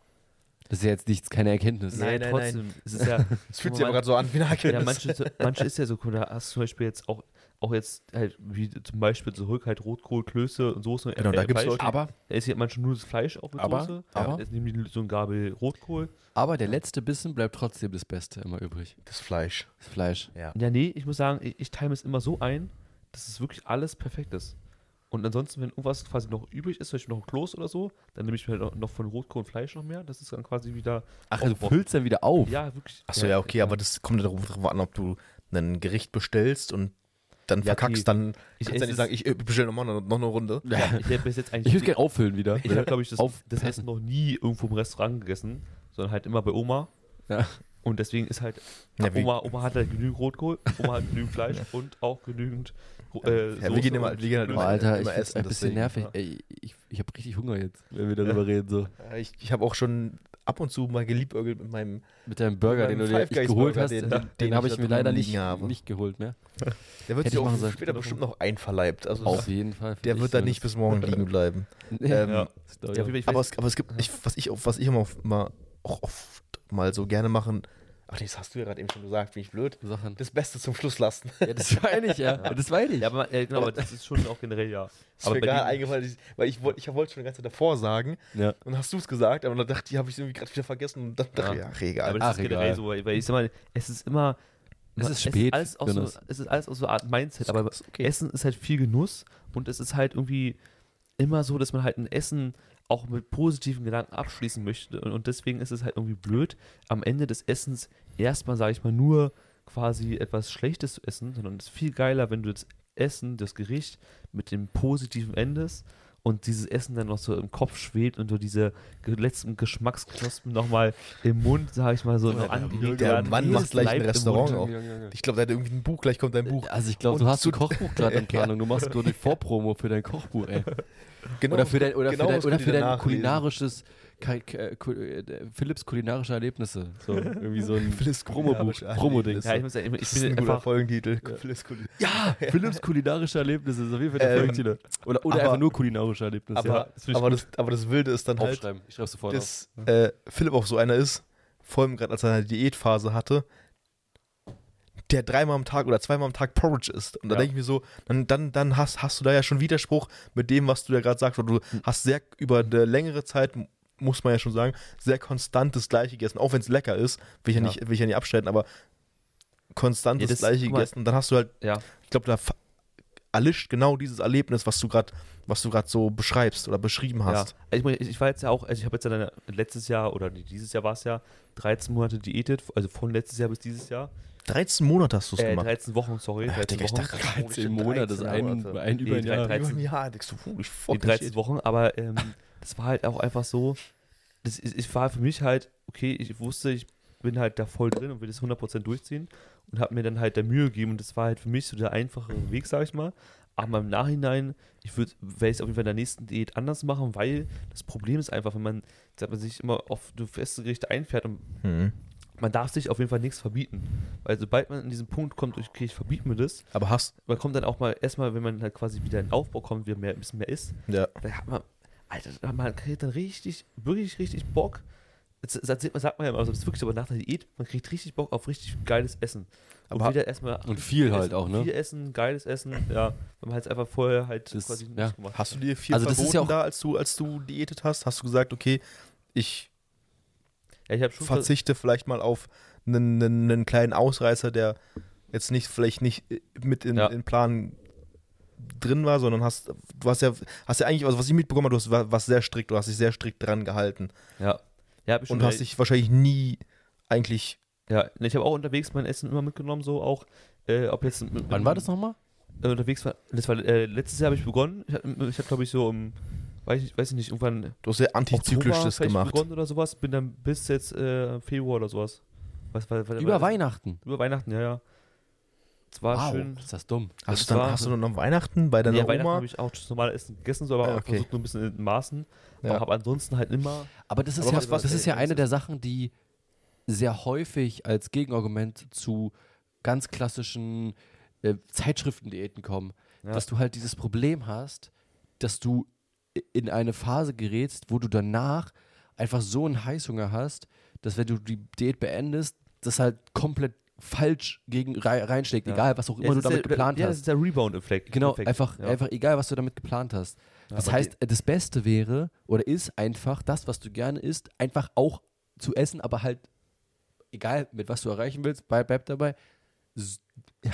B: Das ist ja jetzt nichts, keine Erkenntnis.
A: Nein, nein,
C: ja, trotzdem. Es ist ja,
A: Es fühlt sich aber gerade so an wie eine
C: ja,
A: Erkenntnis.
C: manche, manche ist ja so, cool. da hast du zum Beispiel jetzt auch, auch jetzt halt, wie zum Beispiel zurück halt Rotkohl, Klöße und Soße. äh,
A: Genau, da gibt's
C: Fleisch.
A: Leute-
B: Aber,
C: Da ist ja manche nur das Fleisch auch mit
B: Aber-
C: Soße.
B: aber-
C: Jetzt nehmen die so eine Gabel Rotkohl.
B: aber der letzte Bissen bleibt trotzdem das Beste immer übrig.
A: das Fleisch.
B: Das Fleisch.
A: Ja.
C: Ja, nee, ich muss sagen, ich, ich time es immer so ein, dass es wirklich alles perfekt ist. Und ansonsten, wenn irgendwas quasi noch übrig ist, zum Beispiel noch ein Kloß oder so, dann nehme ich mir noch, noch von Rotkohl und Fleisch noch mehr. Das ist dann quasi wieder.
B: Ach, also
A: Oh,
B: du
C: aufgebraucht.
B: füllst dann wieder auf.
C: Ja, wirklich.
A: Achso, also ja, okay, aber das kommt ja darauf drauf an, ob du ein Gericht bestellst und dann
C: Ja, okay.
A: verkackst, dann
C: Ich
A: ich kannst du ja
C: esse
A: nicht sagen, ich äh, bestell nochmal noch, noch eine Runde.
C: Ja, ich hätte bis jetzt
B: Ich
C: eigentlich.
B: würde gerne auffüllen wieder.
C: ich habe, glaube ich, das,
B: Auf-
C: das Essen noch nie irgendwo im Restaurant gegessen, sondern halt immer bei Oma.
B: Ja.
C: Und deswegen ist halt.
A: Ja, wie-
C: Oma, Oma hat halt genügend Rotkohl, Oma hat genügend Fleisch und auch genügend. Ro- Äh,
A: Ja, wir gehen immer-
C: und
A: wir gehen halt
B: Oh,
C: Klöße.
B: Alter,
A: immer
B: ich find's
A: essen,
B: ein
A: deswegen,
B: bisschen nervig.
C: ja.
B: Ey, ich, ich habe richtig Hunger jetzt, wenn wir darüber reden. So.
A: Äh, Ich, ich habe auch schon ab und zu mal geliebäugelt mit meinem.
B: Mit deinem Burger, den
A: Mit
B: du
A: meinem
B: dir
A: Five
B: nicht
A: Guys
B: geholt
A: Burger,
B: hast, den,
A: den-
B: den,
A: den
B: habe
A: ich
B: ich
A: da
B: mir
A: drüben
B: leider
A: liegen
B: nicht,
A: habe.
B: nicht geholt mehr.
A: Der wird
B: Hätte
A: sich
B: ich
A: auch
B: machen sollen.
A: später bestimmt noch einverleibt. Also
B: Auf jeden Fall.
A: der wird dann nicht bis morgen liegen bleiben. ähm,
C: Ja. Ja, auf
B: ja.
C: jeden Fall, ich
A: Aber
C: weiß-
A: es, aber es gibt, ich, was ich auf- was ich immer, auf- immer auch oft mal so gerne machen. Ach, nee, das hast du ja gerade eben schon gesagt, bin ich blöd.
B: Sachen.
A: Das Beste zum Schluss lassen.
B: Ja, das meine ich, ja. Das meine ich.
C: Ja, aber äh, genau, aber das ist schon auch generell ja.
A: Ist mir
C: bei
A: gerade
C: denen-
A: eingefallen, ich- weil ich wollte ich wollte schon die ganze Zeit davor sagen
B: Ja.
A: und hast du es gesagt, aber dann dachte ich, habe ich es irgendwie gerade wieder vergessen und dann dachte ich,
C: Ja.
A: ach, egal.
C: Aber das
B: Ach,
C: ist generell
B: egal.
C: so, weil weil ich sag mal, es ist immer.
B: Es ist spät,
C: alles aus so,
B: Jonas.
C: es ist alles aus so einer Art Mindset, aber
A: Ist okay.
C: Essen ist halt viel Genuss und es ist halt irgendwie immer so, dass man halt ein Essen auch mit positiven Gedanken abschließen möchte und, und deswegen ist es halt irgendwie blöd, am Ende des Essens erstmal, sage ich mal, nur quasi etwas Schlechtes zu essen, sondern es ist viel geiler, wenn du das Essen, das Gericht mit dem positiven Endes und dieses Essen dann noch so im Kopf schwebt und so diese ge- letzten Geschmacksknospen nochmal im Mund, sag ich mal, so noch angeregt
A: der
C: werden.
A: Mann
C: Jedes
A: macht gleich ein
C: Leib im
A: Restaurant
C: Mund.
A: auf. Ich glaube, der hat irgendwie ein Buch, gleich kommt dein Buch.
B: Also ich glaube,
A: Und
B: du hast
A: zu-
B: ein Kochbuch gerade in Planung. Du machst gerade die Vorpromo für dein Kochbuch, ey.
A: Genau,
B: Oder für dein, oder
A: genau
B: für dein,
A: das
B: oder
A: könnt
B: für
A: ihr
B: dein
A: danach lesen.
B: kulinarisches, Ka- Ka- Ku- äh, Philips kulinarische Erlebnisse. So, irgendwie so ein
A: Philips
B: Promo-Buch,
A: kulinarische
B: Promo-Ding.
A: Erlebnisse.
C: Ja, ich muss sagen, ich,
A: Das
C: ich
A: ist
C: bin
A: ein guter
C: einfach
A: Folgentitel. Philips Kulis.
B: Ja, Philips kulinarische Erlebnisse ist auf jeden Fall der
A: Ähm,
B: Folgentitel. Oder, oder
A: aber-
B: einfach nur kulinarische Erlebnisse.
A: Aber,
C: das find ich
A: aber, das, aber das Wilde ist dann
B: ja.
A: halt,
B: Aufschreiben, ich schreibe sofort auf.
A: dass äh, Philipp auch so einer ist, vor allem gerade als er eine Diätphase hatte, der dreimal am Tag oder zweimal am Tag Porridge isst. Und da
C: Ja.
A: denke ich mir so, dann, dann, dann hast, hast du da ja schon Widerspruch mit dem, was du da gerade sagst. Und du
C: Hm.
A: hast sehr über eine längere Zeit, m- muss man ja schon sagen, sehr konstant das Gleiche gegessen. Auch wenn es lecker ist, will ich ja,
C: Ja.
A: Nicht, will ich ja nicht abstreiten, aber konstant
C: Ja,
A: das,
C: das-
A: Gleiche
C: guck mal.
A: gegessen. Und dann hast du halt,
C: ja,
A: ich glaube, da fa- erlischt genau dieses Erlebnis, was du gerade was du gerade so beschreibst oder beschrieben
C: ja.
A: hast.
C: Also ich, meine, ich ich war jetzt ja auch, also ich habe jetzt ja dann letztes Jahr oder nee, dieses Jahr war es ja 13 Monate diätet, also von letztes Jahr bis dieses Jahr.
A: 13 Monate hast du es
C: Äh,
A: gemacht.
C: 13 Wochen, sorry.
A: Ja,
C: 13
A: Digga, ich
C: Wochen.
A: dachte, oh, shit,
B: 13 Monate ist ein,
A: Monate.
B: ein über ein
C: Nee,
B: Jahr.
C: drei-
A: Über ein Jahr, denkst du, holy fuck.
C: die 13
A: shit.
C: Wochen, aber ähm, das war halt auch einfach so, das ist, ich war für mich halt, okay, ich wusste, ich bin halt da voll drin und will das 100% durchziehen und habe mir dann halt da Mühe gegeben und das war halt für mich so der einfachere Weg, sag ich mal. Aber im Nachhinein, ich würde, werde ich es auf jeden Fall in der nächsten Diät anders machen, weil das Problem ist einfach, wenn man, sagt man sich immer auf so feste Gerichte einfährt und
A: Mhm.
B: Hm.
C: man darf sich auf jeden Fall nichts verbieten. Weil sobald man in diesen Punkt kommt, okay, ich verbiete mir das,
A: Aber hast,
C: man kommt dann auch mal, erstmal, wenn man halt quasi wieder in den Aufbau kommt, wieder mehr, ein bisschen mehr isst,
A: ja.
C: da hat man, Alter, da hat man kriegt dann richtig, wirklich richtig Bock. Das, das sagt man- sagt man ja immer, so, das ist wirklich so, aber nach der Diät, man kriegt richtig Bock auf richtig geiles Essen. Und
A: Aber-
C: wieder erstmal.
B: Und viel
C: essen,
B: halt auch, ne?
C: Viel Essen, geiles Essen, ja. Wenn man halt einfach vorher halt
B: Das-
C: quasi nichts
B: ja.
C: gemacht
A: hast du dir viel
B: Also das
A: verboten
B: ist ja auch-
A: da, als du, als du diätet hast? Hast du gesagt, okay, ich
C: Ja, ich habe schon. ver-
A: verzichte vielleicht mal auf einen, einen, einen kleinen Ausreißer, der jetzt nicht vielleicht nicht äh, mit in,
C: Ja.
A: in Plan drin war, sondern hast du hast ja hast ja eigentlich also was ich mitbekommen habe, du hast wa- was sehr strikt, du hast dich sehr strikt dran gehalten
C: Ja. Ja, hab ich schon
A: und du hast dich wahrscheinlich nie eigentlich
C: ja, ne, ich habe auch unterwegs mein Essen immer mitgenommen, so auch. Äh, ob jetzt mit-
B: Wann war das nochmal?
C: Äh, unterwegs war. Das war äh, letztes Jahr habe ich begonnen. Ich habe, ich hab, glaube ich, so um weiß ich, weiß ich nicht, irgendwann
A: Du hast sehr antizyklisch
C: Oktober
A: das
C: vielleicht
A: gemacht.
C: begonnen oder sowas, bin dann bis jetzt äh, Februar oder sowas. Was, was, was,
B: Über
C: was-
B: Weihnachten.
C: Über Weihnachten, ja, ja. Es war
B: wow,
C: schön.
B: ist das dumm.
A: Hast
C: das
A: du, dann,
C: war-
A: hast du dann am Weihnachten bei deiner
C: ja, Weihnachten
A: Oma?
C: habe ich auch das normale Essen gegessen, so, aber
A: Ah, okay.
C: versucht nur ein bisschen in Maßen.
A: Ja.
C: Aber habe ansonsten halt immer
B: Aber das ist
A: Aber
B: ja,
A: was- was-
B: das ist ja
A: was
B: eine
A: ist-
B: der Sachen, die sehr häufig als Gegenargument zu ganz klassischen äh, Zeitschriftendiäten kommen.
C: Ja.
B: Dass du halt dieses Problem hast, dass du i- in eine Phase gerätst, wo du danach einfach so einen Heißhunger hast, dass wenn du die Diät beendest, das halt komplett falsch gegen rei- reinschlägt,
C: Ja.
B: egal was auch
C: Ja,
B: immer
C: es
B: du
C: ist
B: damit
C: der,
B: geplant
C: ja, Ja, das
B: hast.
C: ist der Rebound-Effekt.
B: Genau,
C: Effekt,
B: einfach,
C: ja.
B: einfach egal, was du damit geplant hast. Das
C: aber
B: heißt, äh, das Beste wäre oder ist einfach, das, was du gerne isst, einfach auch zu essen, aber halt, egal mit was du erreichen willst, bleib, bleib dabei, s-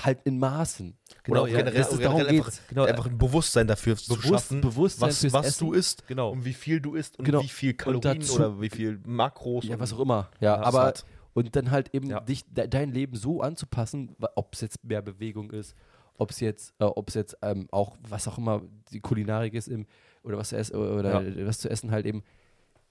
B: halt in Maßen.
C: Genau,
A: oder auch
C: ja,
A: generell,
B: das ist- darum
A: generell
B: geht's. äh,
A: einfach,
C: Genau,
A: einfach ein Bewusstsein dafür zu
B: Bewusst-
A: schaffen,
B: Bewusstsein
A: was,
B: fürs
A: was
B: Essen.
A: du isst
C: Genau.
A: und wie viel du isst und
B: Genau.
A: wie viel
B: Und
A: Kalorien
B: dazu-
A: oder wie viel Makros
B: Ja,
A: und
B: was auch immer. Ja,
C: Ja,
B: aber
A: satt.
B: und dann halt eben
C: Ja.
B: dich de, dein Leben so anzupassen, ob es jetzt mehr Bewegung ist, ob es jetzt, äh, ob es jetzt ähm, auch was auch immer die Kulinarik ist im, oder was zu essen oder was zu essen halt eben,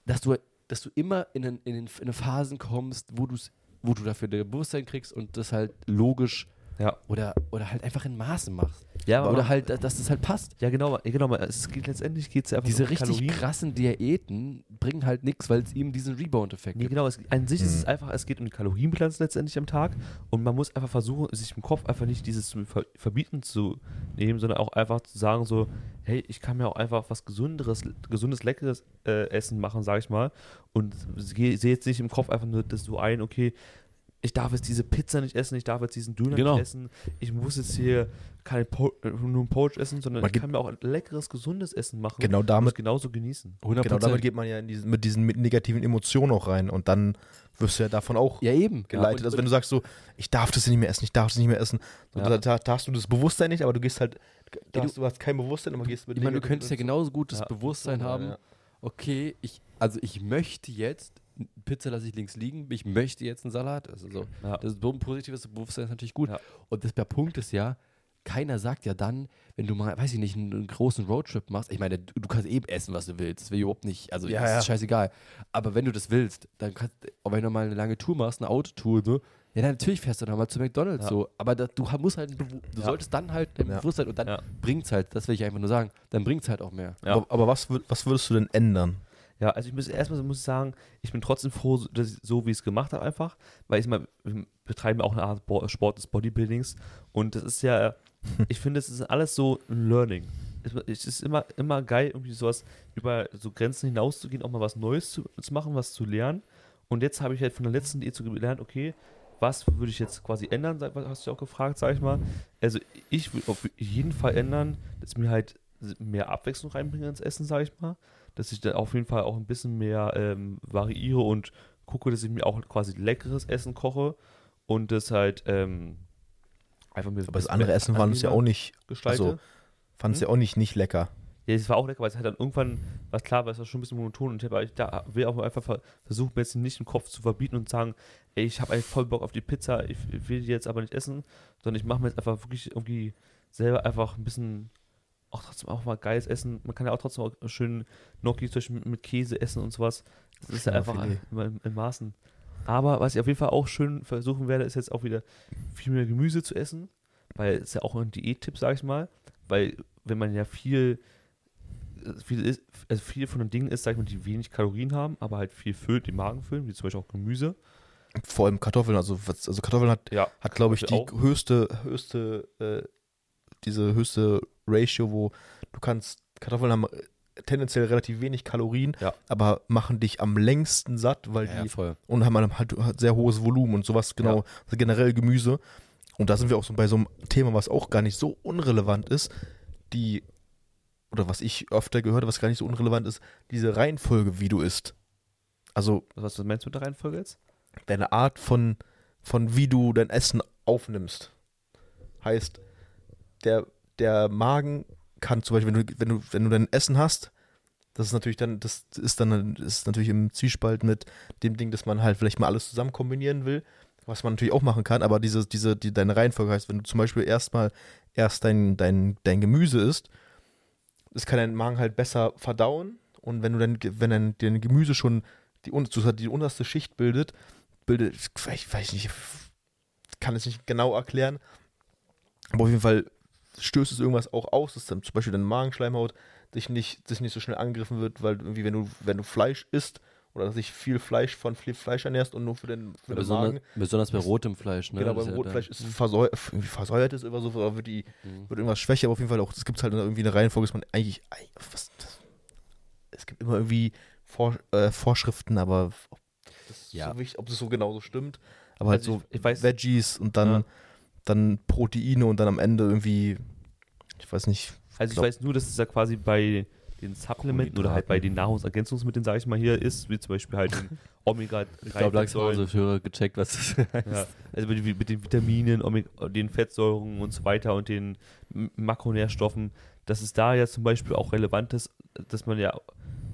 B: dass du dass du immer in, den, in, den, in eine Phasen kommst, wo du wo du dafür ein Bewusstsein kriegst und das halt logisch
C: Ja.
B: oder oder halt einfach in Maßen machst
C: Ja, aber-
B: oder halt dass das halt passt.
C: ja, genau, ja, genau. Es geht, letztendlich geht es ja einfach
B: Diese
C: um
B: richtig
C: Kalorien.
B: krassen Diäten bringen halt nichts, weil es eben diesen Rebound-Effekt
C: Nee,
B: gibt.
C: genau, es, an sich ist es
A: Mhm.
C: einfach, es geht um die Kalorienbilanz letztendlich am Tag und man muss einfach versuchen, sich im Kopf einfach nicht dieses zu ver Verbieten zu nehmen, sondern auch einfach zu sagen so, hey, ich kann mir auch einfach was Gesunderes, gesundes, leckeres äh, Essen machen, sage ich mal und sehe seh jetzt nicht im Kopf einfach nur das so ein, okay, ich darf jetzt diese Pizza nicht essen, ich darf jetzt diesen Döner
B: Genau.
C: nicht essen, ich muss jetzt hier kein po äh, nur ein Poach essen, sondern
A: Man
C: ich
A: gibt-
C: kann mir auch ein leckeres, gesundes Essen machen
A: Genau
C: und es
A: damit,
C: genauso genießen.
B: 100%.
A: genau damit geht man ja in diesen, mit diesen mit negativen Emotionen auch rein und dann wirst du ja davon auch
B: ja eben
A: geleitet.
B: Ja, und-
A: also wenn du sagst so, ich darf das nicht mehr essen, ich darf das nicht mehr essen, so,
C: Ja.
A: da, da, da hast du das Bewusstsein nicht, aber du gehst halt, da
B: du-
A: hast, du hast kein Bewusstsein, aber gehst mit
B: Ich meine, du
A: negativen
B: könntest ja genauso gut das
C: Ja.
B: Bewusstsein haben,
A: Ja.
B: okay, ich, also ich möchte jetzt, Pizza lasse ich links liegen, ich möchte jetzt einen Salat. Also so.
C: Ja.
B: Das ist so ein positives Bewusstsein ist natürlich gut.
C: Ja.
B: Und das, der Punkt ist ja, keiner sagt ja dann, wenn du mal, weiß ich nicht, einen, einen großen Roadtrip machst, ich meine, du, du kannst eben essen, was du willst, das will ich überhaupt nicht, also
A: Ja,
B: das ist
A: ja.
B: scheißegal. Aber wenn du das willst, dann kannst auch wenn du mal eine lange Tour machst, eine Autotour, ne, ja, dann natürlich fährst du dann mal zu McDonalds
C: Ja.
B: so. Aber da, du ha- musst halt, ein Bewu- du
C: Ja.
B: solltest dann halt ein
A: Ja.
B: Bewusstsein und dann
C: Ja.
B: bringt's halt, das will ich einfach nur sagen, dann bringt's halt auch mehr.
C: Ja.
A: Aber, aber was, würd, was würdest du denn ändern?
C: Ja, also ich muss erstmal muss ich sagen, ich bin trotzdem froh, so- dass ich, so wie ich es gemacht habe, einfach, weil ich mal wir betreiben auch eine Art Bo Sport des Bodybuildings und das ist ja, ich finde, es ist alles so ein Learning. Es es ist immer, immer geil, irgendwie sowas über so Grenzen hinauszugehen, auch mal was Neues zu, zu machen, was zu lernen. Und jetzt habe ich halt von der letzten Diät so gelernt, okay, was würde ich jetzt quasi ändern, sag- hast du ja auch gefragt, sag ich mal. Also ich würde auf jeden Fall ändern, dass mir halt mehr Abwechslung reinbringe ins Essen, sag ich mal dass ich da auf jeden Fall auch ein bisschen mehr ähm, variiere und gucke, dass ich mir auch quasi leckeres Essen koche und das halt ähm, einfach mir
A: Aber das andere Essen fand es ja auch nicht,
C: gestalte.
A: also- fand
B: Hm?
A: es ja auch nicht, nicht lecker.
C: ja, es war auch lecker, weil es halt dann irgendwann war es klar, weil es war schon ein bisschen monoton und ich hab- ich da will auch einfach ver versuchen, mir jetzt nicht im Kopf zu verbieten und sagen, ey, ich habe eigentlich voll Bock auf die Pizza, ich will die jetzt aber nicht essen, sondern ich mache mir jetzt einfach wirklich irgendwie selber einfach ein bisschen auch trotzdem auch mal geiles Essen. Man kann ja auch trotzdem auch schön Gnocchi zum Beispiel mit- mit Käse essen und sowas. Das ist ja
A: Schöner
C: einfach
A: Filet.
C: immer in, in Maßen. Aber was ich auf jeden Fall auch schön versuchen werde, ist jetzt auch wieder viel mehr Gemüse zu essen, weil es ist ja auch ein Diättipp, sag ich mal, weil wenn man ja viel viel, ist, also viel von den Dingen ist, sag ich mal, die wenig Kalorien haben, aber halt viel füllt, die Magen füllen, wie zum Beispiel auch Gemüse.
A: Vor allem Kartoffeln, also, was- also Kartoffeln hat,
C: Ja.
A: hat glaube ich, die
C: Kartoffeln
A: höchste, höchste, äh, diese höchste Ratio, wo du kannst, Kartoffeln haben äh, tendenziell relativ wenig Kalorien,
C: Ja.
A: aber machen dich am längsten satt, weil
B: Ja,
A: die
B: voll.
A: und haben halt, halt, halt sehr hohes Volumen und sowas, genau, also generell Gemüse. Und da sind wir auch so bei so einem Thema, was auch gar nicht so unrelevant ist, die, oder was ich öfter gehört habe, was gar nicht so unrelevant ist, diese Reihenfolge, wie du isst. Also
C: Was was meinst du mit der Reihenfolge jetzt?
A: deine Art von, von wie du dein Essen aufnimmst. Heißt, der, der Magen kann zum Beispiel, wenn du, wenn du, wenn du dein Essen hast, das ist natürlich dann, das ist dann das ist natürlich im Zwiespalt mit dem Ding, dass man halt vielleicht mal alles zusammen kombinieren will, was man natürlich auch machen kann, aber diese, diese, die, deine Reihenfolge heißt, wenn du zum Beispiel erstmal erst dein, dein, dein Gemüse isst, das kann dein Magen halt besser verdauen. Und wenn du dann, ge- wenn dann dein Gemüse schon die, un- sozusagen die unterste Schicht bildet, bildet, ich weiß nicht, kann es nicht genau erklären, aber auf jeden Fall stößt es irgendwas auch aus, dass dann zum Beispiel deine Magenschleimhaut dich nicht, sich nicht so schnell angegriffen wird, weil irgendwie, wenn du, wenn du Fleisch isst oder dass sich viel Fleisch von viel Fleisch ernährst und nur für den, für den
B: Besonders,
A: Magen,
B: besonders bei rotem Fleisch, ne?
A: genau,
B: Das
A: beim
B: ist ja
A: Rotfleisch ist
C: Mhm.
A: versäuert, irgendwie versäuert ist immer so, oder wird, die, wird irgendwas schwächer, aber auf jeden Fall auch, es gibt halt irgendwie eine Reihenfolge, dass man eigentlich, ei, was, das, es gibt immer irgendwie Vor, äh, Vorschriften, aber ob das,
B: Ja.
A: so wichtig, ob das so genauso stimmt, aber halt
C: Also
A: so
C: ich- ich weiß-
A: Veggies und dann,
C: Ja.
A: dann Proteine und dann am Ende irgendwie, ich weiß nicht,
C: Also ich
A: glaub-
C: weiß nur, dass es ja quasi bei den Supplementen oder halt bei den Nahrungsergänzungsmitteln, sage ich mal, hier ist, wie zum Beispiel halt den Omega-3.
B: Ich glaube, langsam haben unsere Hörer gecheckt, was das heißt.
C: Ja, also mit, den- mit den Vitaminen, Omega, den Fettsäuren und so weiter und den M- Makronährstoffen, dass es da ja zum Beispiel auch relevant ist, dass man ja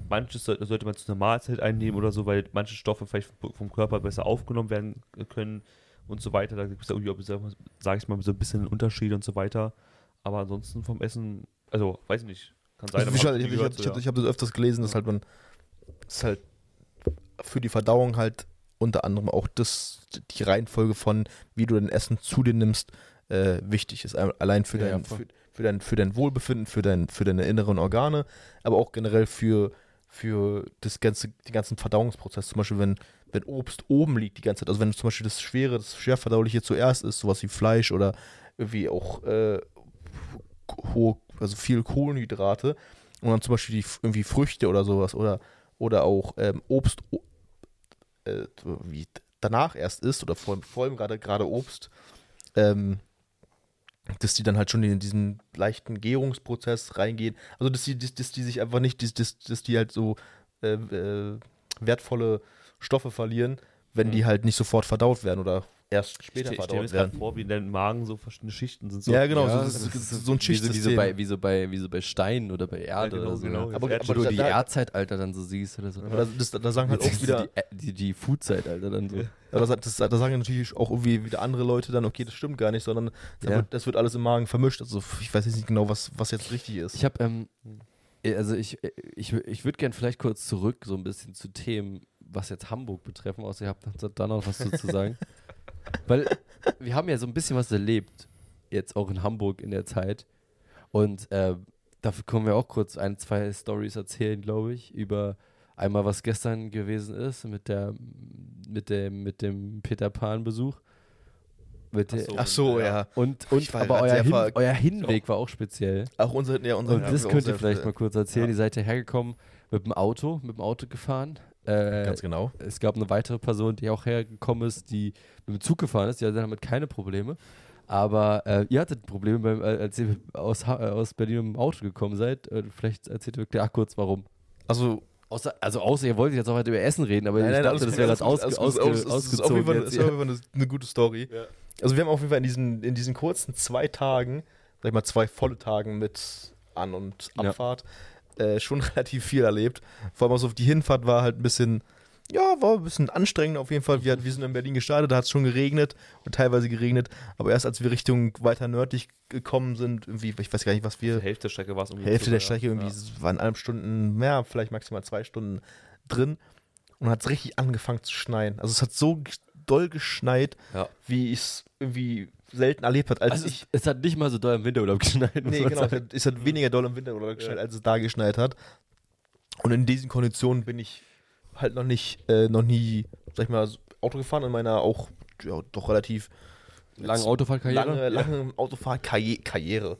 C: manches soll- sollte man zu einer Mahlzeit einnehmen oder so, weil manche Stoffe vielleicht vom- vom Körper besser aufgenommen werden können und so weiter. Da gibt es ja irgendwie, sage ich mal, so ein bisschen Unterschiede und so weiter. Aber ansonsten vom Essen, also weiß ich nicht, kann sein.
A: Also wie
C: aber
A: schon,
C: hab
A: ich
C: ich
A: ich,
C: gehört,
A: hab-
C: so,
A: ich, hab-
C: ja.
A: ich habe das öfters gelesen, dass halt man dass halt für die Verdauung halt unter anderem auch das, die Reihenfolge von, wie du dein Essen zu dir nimmst, äh, wichtig ist. Ein- Allein für
B: Ja,
A: dein,
B: ja, voll.
A: für, für dein, für dein Wohlbefinden, für, dein, für deine inneren Organe, aber auch generell für, für das ganze, den ganzen Verdauungsprozess. Zum Beispiel, wenn, wenn Obst oben liegt die ganze Zeit, also wenn zum Beispiel das Schwere, das Schwerverdauliche zuerst ist, sowas wie Fleisch oder irgendwie auch äh, hohe, also viel Kohlenhydrate und dann zum Beispiel die, F- irgendwie Früchte oder sowas oder, oder auch ähm, Obst o- äh, wie danach erst ist oder vor, vor allem gerade gerade Obst, ähm, dass die dann halt schon in diesen leichten Gärungsprozess reingehen. Also dass die, dass, dass die sich einfach nicht, dass, dass, dass die halt so äh, äh, wertvolle Stoffe verlieren, wenn die halt nicht sofort verdaut werden oder erst
C: Mhm. Ich
A: später
C: stell- ich stell mir
A: verdaut
C: das gerade
A: werden.
C: vor, wie in deinem Magen so verschiedene Schichten sind. So.
A: Ja, genau,
B: Ja,
A: so, so,
B: das
A: so,
B: ist
A: so ein
B: wie so, wie, so
A: Schichtsystem.
B: bei, wie, so bei, wie so bei Stein oder bei Erde
C: Ja, genau,
B: oder so.
C: genau.
B: ne?
A: aber
C: Ja,
B: Wo
A: aber
B: du
A: da,
B: die
A: da,
B: Erdzeitalter dann so siehst oder so.
A: aber da, das, da sagen halt auch
B: Siehst du
A: wieder,
B: die, die, die Food-Zeitalter dann so.
A: Ja, das, das, das sagen natürlich auch irgendwie wieder andere Leute dann, okay, das stimmt gar nicht, sondern da
B: Ja.
A: wird, das wird alles im Magen vermischt. Also ich weiß jetzt nicht genau, was, was jetzt richtig ist.
B: Ich habe, ähm, äh, also ich, äh, ich, ich würde gern vielleicht kurz zurück so ein bisschen zu Themen, was jetzt Hamburg betreffen, außer ihr habt da- da noch was zu zu sagen. Weil wir haben ja so ein bisschen was erlebt, jetzt auch in Hamburg in der Zeit. Und äh, dafür können wir auch kurz ein, zwei Stories erzählen, glaube ich, über einmal, was gestern gewesen ist mit der mit dem, mit dem Peter Pan-Besuch. Mit
C: Ach
B: der-
C: so.
A: Ach so, ja.
B: Und,
A: Ich
B: und
A: war
B: aber
A: grad
B: euer,
A: sehr
B: Hin,
A: ver-
B: euer Hinweg war auch speziell.
A: Auch unsere, ja, unsere
B: Und
A: ja,
B: das
A: wir
B: könnt ihr
A: unsere-
B: vielleicht mal kurz erzählen.
A: Ja.
B: Ihr seid ja hergekommen mit dem Auto, mit dem Auto gefahren. Äh,
A: Ganz genau.
B: es gab eine weitere Person, die auch hergekommen ist, die mit dem Zug gefahren ist. Die hatte damit keine Probleme. Aber äh, ihr hattet Probleme, beim, äh, als ihr aus, Ha- äh, aus Berlin mit dem Auto gekommen seid. Äh, vielleicht erzählt wirklich ach, kurz warum.
A: Also,
B: Außer, also außer ihr wolltet jetzt auch heute über Essen reden, aber ich dachte,
A: alles
B: das
A: gut,
B: wäre
A: alles
B: jetzt ausge,
A: gut, alles
B: ausge,
A: gut, alles gut. also, Es ist auf jeden
B: ausgezogen.
A: Fall-
B: jetzt
A: Es ist
B: hier.
A: auf jeden Fall eine, eine gute Story. Also wir haben auf jeden Fall in diesen, in diesen kurzen zwei Tagen, sag ich mal zwei volle Tagen mit An- und
B: Ja.
A: Abfahrt, äh, schon relativ viel erlebt. Vor allem auch so auf die Hinfahrt war halt ein bisschen, ja, war ein bisschen anstrengend auf jeden Fall. Wir, wir sind in Berlin gestartet, da hat es schon geregnet und teilweise geregnet. Aber erst als wir Richtung weiter nördlich gekommen sind, irgendwie, ich weiß gar nicht, was wir,
C: Zur Hälfte der Strecke war es irgendwie.
A: Hälfte der
C: sogar, ja.
A: Strecke irgendwie,
C: Ja.
A: es waren eineinhalb Stunden mehr, vielleicht maximal zwei Stunden drin. Und hat es richtig angefangen zu schneien. Also es hat so g- doll geschneit,
C: Ja.
A: wie ich es irgendwie selten erlebt hat. Als
B: Also
A: ich,
B: es, es hat nicht mal so doll im Winterurlaub geschneit. muss
A: nee,
B: man
A: genau, es
B: sagen.
A: hat, es hat weniger doll im Winterurlaub geschneit, als es da geschneit hat. Und in diesen Konditionen bin ich halt noch nicht, äh, noch nie, sag ich mal, Auto gefahren in meiner auch ja, doch relativ
B: Lange
A: lange,
B: Autofahrtkarriere.
A: lange Autofahrkarriere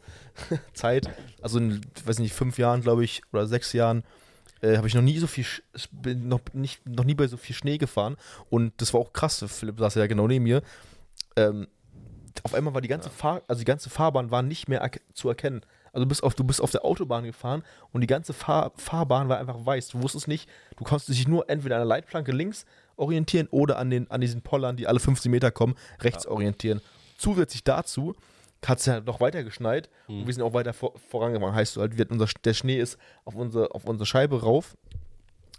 A: Zeit. Also in, weiß nicht, fünf Jahren, glaube ich, oder sechs Jahren äh, habe ich noch nie so viel, Sch- ich bin noch, nicht, noch nie bei so viel Schnee gefahren. Und das war auch krass. Philipp saß ja genau neben mir. Ähm, auf einmal war die ganze Fahr also die ganze Fahrbahn war nicht mehr erk- zu erkennen. Also du bist auf, du bist auf der Autobahn gefahren und die ganze Fahr Fahrbahn war einfach weiß. Du wusstest nicht, du konntest dich nur entweder an der Leitplanke links orientieren oder an, den, an diesen Pollern, die alle 15 Meter kommen, rechts orientieren. Zusätzlich dazu hat es ja noch weiter geschneit und wir sind auch weiter vor vorangegangen. Heißt halt, wir hatten unser, der Schnee ist auf unsere, auf unsere Scheibe rauf.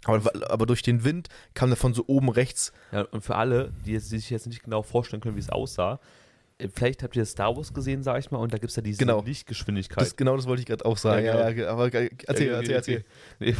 A: Aber, aber durch den Wind kam der von so oben rechts
C: Ja, und für alle, die, es- die sich jetzt nicht genau vorstellen können, wie es aussah, äh, vielleicht habt ihr Star Wars gesehen, sag ich mal, und da gibt es ja diese
A: Genau.
C: Lichtgeschwindigkeit.
A: Das, genau das wollte ich gerade auch sagen.
C: Halt. Ja,
A: Ja,
C: genau.
A: ja, ge- aber ge- erzähl, erzähl, erzähl.
C: Nee,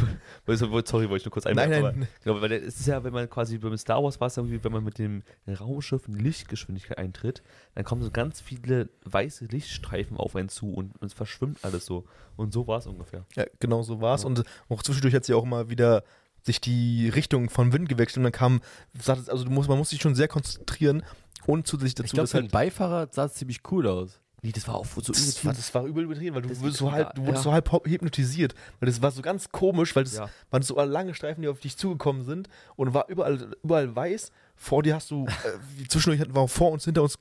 C: wollte- wollte- sorry, wollte ich nur kurz einwerfen.
A: Nein, nein.
C: Aber, genau, weil es ist ja, wenn man quasi bei Star Wars war, es irgendwie, wenn man mit dem Raumschiff in Lichtgeschwindigkeit eintritt, dann kommen so ganz viele weiße Lichtstreifen auf einen zu und es verschwimmt alles so. Und so war es ungefähr.
A: Ja, genau so war es. Und auch zwischendurch hat sie auch immer wieder sich die Richtung von Wind gewechselt und dann kam, sagt es, also du musst, man muss sich schon sehr konzentrieren und zusätzlich dazu,
B: Ich glaube,
A: dass
B: für einen
A: halt,
B: Beifahrer sah es ziemlich cool aus.
C: Nee, das war auch so
A: das, war, das war übel übertrieben, weil du
C: Das-
A: wurdest so halb, du
C: ja.
A: wurdest so halb hau- hypnotisiert. Weil das war so ganz komisch, weil das
C: Ja.
A: waren so lange Streifen, die auf dich zugekommen sind und war überall, überall weiß. Vor dir hast du, äh, zwischendurch hatten wir auch vor uns, hinter uns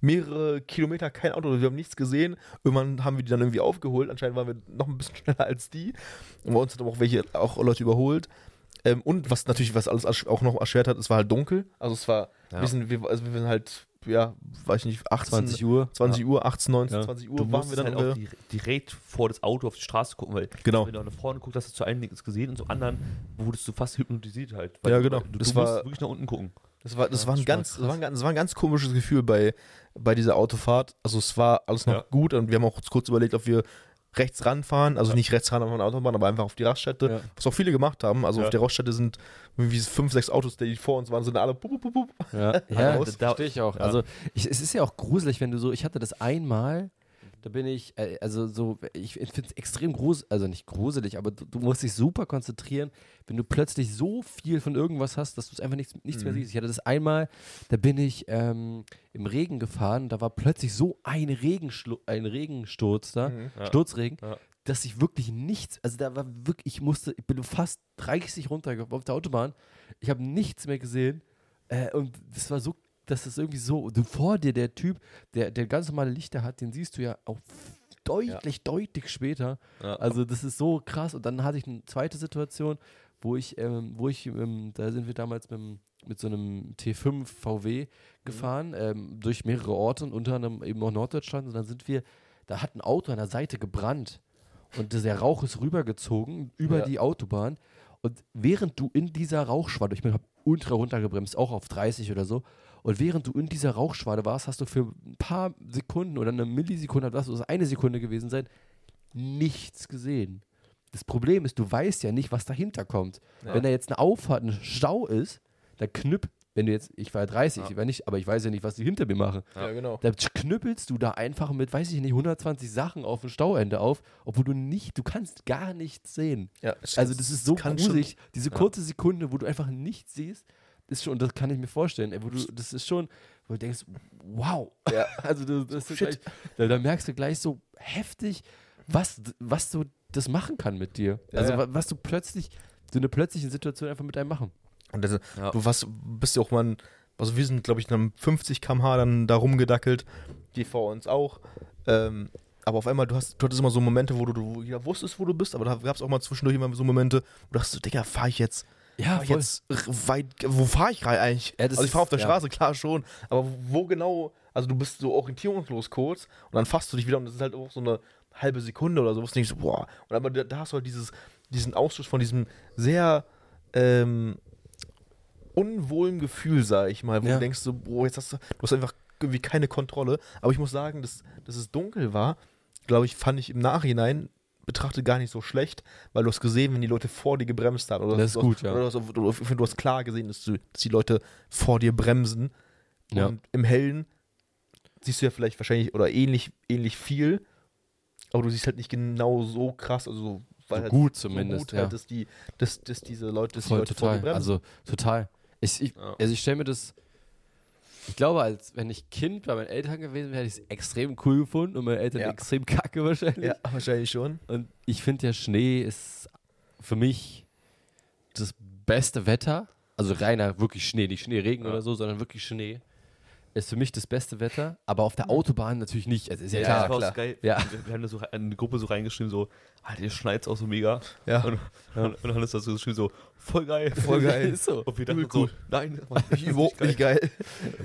A: mehrere Kilometer kein Auto, wir haben nichts gesehen. Irgendwann haben wir die dann irgendwie aufgeholt. Anscheinend waren wir noch ein bisschen schneller als die. Und bei uns hat aber auch welche auch Leute überholt. Ähm, und was natürlich, was alles ersch- auch noch erschwert hat, es war halt dunkel. Also es war,
B: Ja.
A: wir, sind, wir, also wir sind halt, ja, weiß ich nicht, 18,
B: 20 Uhr.
A: 20 Uhr, 18, 19,
B: Ja.
A: 20 Uhr
C: Du
A: waren
C: musst
A: wir dann
C: halt
A: alle-
C: auch die, direkt vor das Auto auf die Straße gucken, weil
A: Genau.
C: wenn du nach vorne guckst, hast du zu einem nichts gesehen und zum anderen wurdest du fast hypnotisiert halt. Weil
A: Ja,
C: du-
A: genau.
C: Du, du
A: Das
C: musst
A: war-
C: wirklich nach unten gucken.
A: Das war, das
B: Ja,
A: war, ein
B: das war
A: ganz, das
B: krass.
A: war ein, ganz- das war ein ganz komisches Gefühl bei, bei dieser Autofahrt. Also es war alles noch
C: Ja.
A: gut und wir haben auch uns kurz überlegt, ob wir rechts ranfahren, also nicht rechts ran auf eine Autobahn, aber einfach auf die Raststätte,
B: Ja.
A: was auch viele gemacht haben. Also
C: Ja.
A: auf der Raststätte sind irgendwie fünf, sechs Autos, die vor uns waren, sind alle pup, pup, pup, pup.
B: Ja,
A: Ja,
B: ja
A: das
B: verstehe ich auch.
C: ja.
B: Also ich, es ist ja auch gruselig, wenn du so, ich hatte das einmal, da bin ich, äh, also so, ich finde es extrem gruselig, also nicht gruselig, aber du, du musst dich super konzentrieren, wenn du plötzlich so viel von irgendwas hast, dass du es einfach nichts, nichts mehr siehst. Ich hatte das einmal, da bin ich ähm, im Regen gefahren, da war plötzlich so ein, Regenschlu ein Regensturz da,
A: Mhm.
C: Ja.
B: Sturzregen,
C: Ja.
B: dass ich wirklich nichts, also da war wirklich, ich musste, ich bin fast 30 runter auf der Autobahn, ich habe nichts mehr gesehen äh, und das war so, das ist irgendwie so, du vor dir, der Typ, der, der ganz normale Lichter hat, den siehst du ja auch deutlich, deutlich später,
C: Ja.
B: also das ist so krass und dann hatte ich eine zweite Situation, wo ich, ähm, wo ich, ähm, da sind wir damals mit, dem- mit so einem T5 VW gefahren, ähm, durch mehrere Orte und unter anderem eben auch Norddeutschland und dann sind wir, da hat ein Auto an der Seite gebrannt und der Rauch ist rübergezogen über
A: Ja.
B: die Autobahn und während du in dieser Rauchschwade, ich bin hab ultra runtergebremst, auch auf 30 oder so, und während du in dieser Rauchschwade warst, hast du für ein paar Sekunden oder eine Millisekunde, lass es eine Sekunde gewesen sein, nichts gesehen. Das Problem ist, du weißt ja nicht, was dahinter kommt. Wenn da jetzt eine Auffahrt, ein Stau ist, da knüpp, wenn du jetzt, ich war ja 30,
C: Ja.
B: ich war nicht, aber ich weiß ja nicht, was die hinter mir machen.
C: Ja,
A: genau.
B: Da knüppelst du da einfach mit, weiß ich nicht, 120 Sachen auf dem Stauende auf, obwohl du nicht, du kannst gar nichts sehen.
A: Ja, es-
B: also das ist so
A: kann schon-
B: gruselig, diese kurze Sekunde, wo du einfach nichts siehst, ist schon, das kann ich mir vorstellen, ey, wo du, das ist schon, wo du denkst, wow.
A: Ja.
B: Also du, das ist gleich,
A: Shit.
B: da, da merkst du gleich so heftig, was, was so das machen kann mit dir.
A: Ja,
B: also
A: ja.
B: wa- was du plötzlich, so eine plötzliche Situation einfach mit einem machen.
A: Und das,
C: Ja.
A: du was, bist ja auch mal, ein- also wir sind, glaube ich, dann 50 km/h dann da rumgedackelt, die vor uns auch. Ähm, aber auf einmal, du, hast, du hattest immer so Momente, wo du, du ja, wusstest, wo du bist, aber da gab es auch mal zwischendurch immer so Momente, wo du dachtest, so, Digga, fahre ich jetzt,
B: Ja,
A: fahr ich jetzt r- weit, wo fahre ich rein eigentlich?
B: Ja, das
A: also ich fahre auf der
B: ist- ja.
A: Straße, klar schon, aber wo genau, also du bist so orientierungslos kurz und dann fasst du dich wieder und das ist halt auch so eine halbe Sekunde oder so, wo du denkst, boah. Und aber da, da hast du halt dieses, diesen Ausschluss von diesem sehr, ähm, unwohlem Gefühl, sag ich mal, wo
B: Ja.
A: du denkst, so, boah, jetzt hast du, du hast einfach irgendwie keine Kontrolle. Aber ich muss sagen, dass, dass es dunkel war, glaube ich, fand ich im Nachhinein betrachtet gar nicht so schlecht, weil du hast gesehen, wenn die Leute vor dir gebremst haben. Oder
B: Das ist
A: du
B: gut,
A: hast,
B: ja.
A: Oder du hast, du, du hast klar gesehen, dass, du, dass die Leute vor dir bremsen.
B: Ja.
A: Und im Hellen siehst du ja vielleicht wahrscheinlich oder ähnlich, ähnlich viel, aber du siehst halt nicht genau so krass, also weil
B: So
A: halt
B: gut
A: so
B: zumindest,
A: gut halt,
B: ja.
A: dass, die, dass, dass diese Leute, dass die
B: Voll,
A: Leute vor dir
B: total.
A: bremsen.
B: Also total. Ich, ich,
C: Ja.
B: Also ich stelle mir das, ich glaube, als wenn ich Kind bei meinen Eltern gewesen wäre, hätte ich es extrem cool gefunden und meine Eltern
A: Ja.
B: extrem kacke wahrscheinlich.
A: Also, ja, wahrscheinlich schon.
B: Und ich finde ja, Schnee ist für mich das beste Wetter. Also reiner wirklich Schnee, nicht Schneeregen
C: Ja.
B: oder so, sondern wirklich Schnee. Ist für mich das beste Wetter, aber auf der Autobahn natürlich nicht. Also ist ja,
C: Ja,
B: klar.
C: das war auch
A: klar.
C: so geil.
B: Ja.
C: Wir, wir haben da so in die Gruppe so reingeschrieben, so, Alter, ihr schneit auch so mega.
A: Ja.
C: Und, und, und dann ist das so geschrieben, so, voll geil.
A: Voll geil.
B: ist so.
C: Und wir dachten
A: Übel cool.
C: so, nein, das macht mich
A: Überhaupt nicht geil.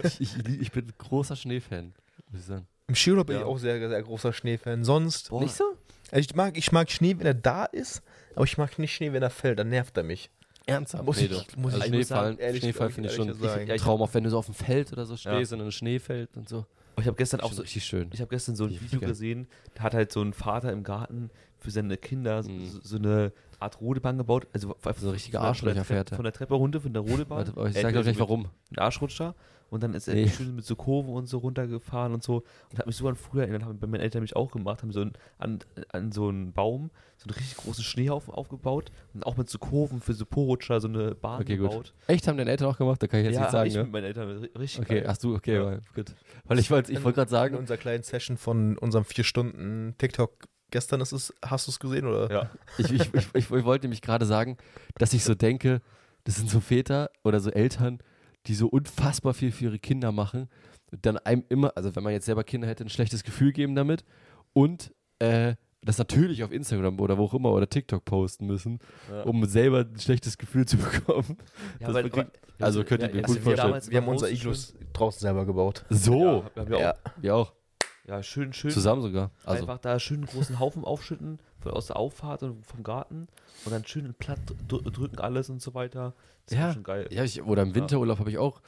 B: Ich, ich, lieb- ich bin großer Schneefan, muss ich sagen.
A: Im Skiurlaub bin
C: Ja.
A: ich auch sehr, sehr großer Schneefan. Sonst.
C: Boah.
B: Nicht so?
A: Also ich, mag, ich mag Schnee, wenn er da ist, aber ich mag nicht Schnee, wenn er fällt. Dann nervt er mich.
B: Ernsthaft?
A: Muss ich- muss ich-
B: also
A: ich muss
B: Schneefall,
A: sagen, ehrlich-
B: Schneefall
A: ehrlich-
B: finde ich
A: ehrlich
B: schon
A: sagen.
B: ein Traum, auch wenn du so auf dem Feld oder so stehst und dann Schnee fällt und so.
C: Aber Oh, ich habe gestern auch
B: Auch
C: so,
B: richtig schön.
C: ich habe gestern so ein
B: Ja,
C: Video
B: geil.
C: gesehen, da hat halt so ein Vater im Garten für seine Kinder so,
B: Mhm.
C: so- so eine Art Rodebahn gebaut, also einfach
B: So ein richtiger
C: von der- von der
B: Arschlöcherfährte.
C: Treppe- Von der Treppe runter, von der Rodebahn.
B: Warte, aber ich
C: Äh,
B: sage euch
C: also
B: nicht
C: mit-
B: warum.
C: ein Arschrutscher und dann ist er
B: Nee.
C: schön mit so Kurven und so runtergefahren und so und hat mich so an früher erinnert, haben bei meinen Eltern mich auch gemacht, haben so einen, an, an so einen Baum so einen richtig großen Schneehaufen aufgebaut und auch mit so Kurven für so Po-Rutscher so eine Bahn
B: Okay, gut.
C: gebaut.
B: Echt, haben deine Eltern auch gemacht? Da kann ich jetzt
C: ja,
B: nicht sagen,
C: ich
B: ne?
C: mit meinen Eltern ri- richtig
B: Okay,
C: geil.
B: ach du, okay,
C: Äh, Ja.
B: weil- gut. Weil ich wollte ich wollte gerade
A: In
B: sagen,
A: unserer kleinen Session von unserem vier Stunden TikTok gestern ist es, hast du es gesehen oder?
C: Ja.
B: ich, ich, ich, ich wollte nämlich gerade sagen, dass ich so denke, das sind so Väter oder so Eltern, die so unfassbar viel für ihre Kinder machen. und Dann einem immer, also wenn man jetzt selber Kinder hätte, ein schlechtes Gefühl geben damit. Und äh, das natürlich auf Instagram oder wo auch immer oder TikTok posten müssen,
C: Ja.
B: um selber ein schlechtes Gefühl zu bekommen.
C: Ja,
B: Das
C: weil-
B: wirklich-
C: aber-
B: also könnt ihr mir
C: also
B: gut
C: wir
B: vorstellen.
C: damals
A: wir haben
C: beim
A: unser
C: Hosten
A: Iglus draußen selber gebaut.
B: So,
C: Ja, haben wir auch.
A: Ja.
B: wir auch.
C: Ja, schön, schön.
B: Zusammen sogar. Also,
C: Einfach da schön einen großen Haufen aufschütten von, aus der Auffahrt und vom Garten und dann schön platt dr drücken alles und so weiter. Das war
B: Ja.
C: schon geil.
B: ja, ich, oder im Winterurlaub habe ich auch,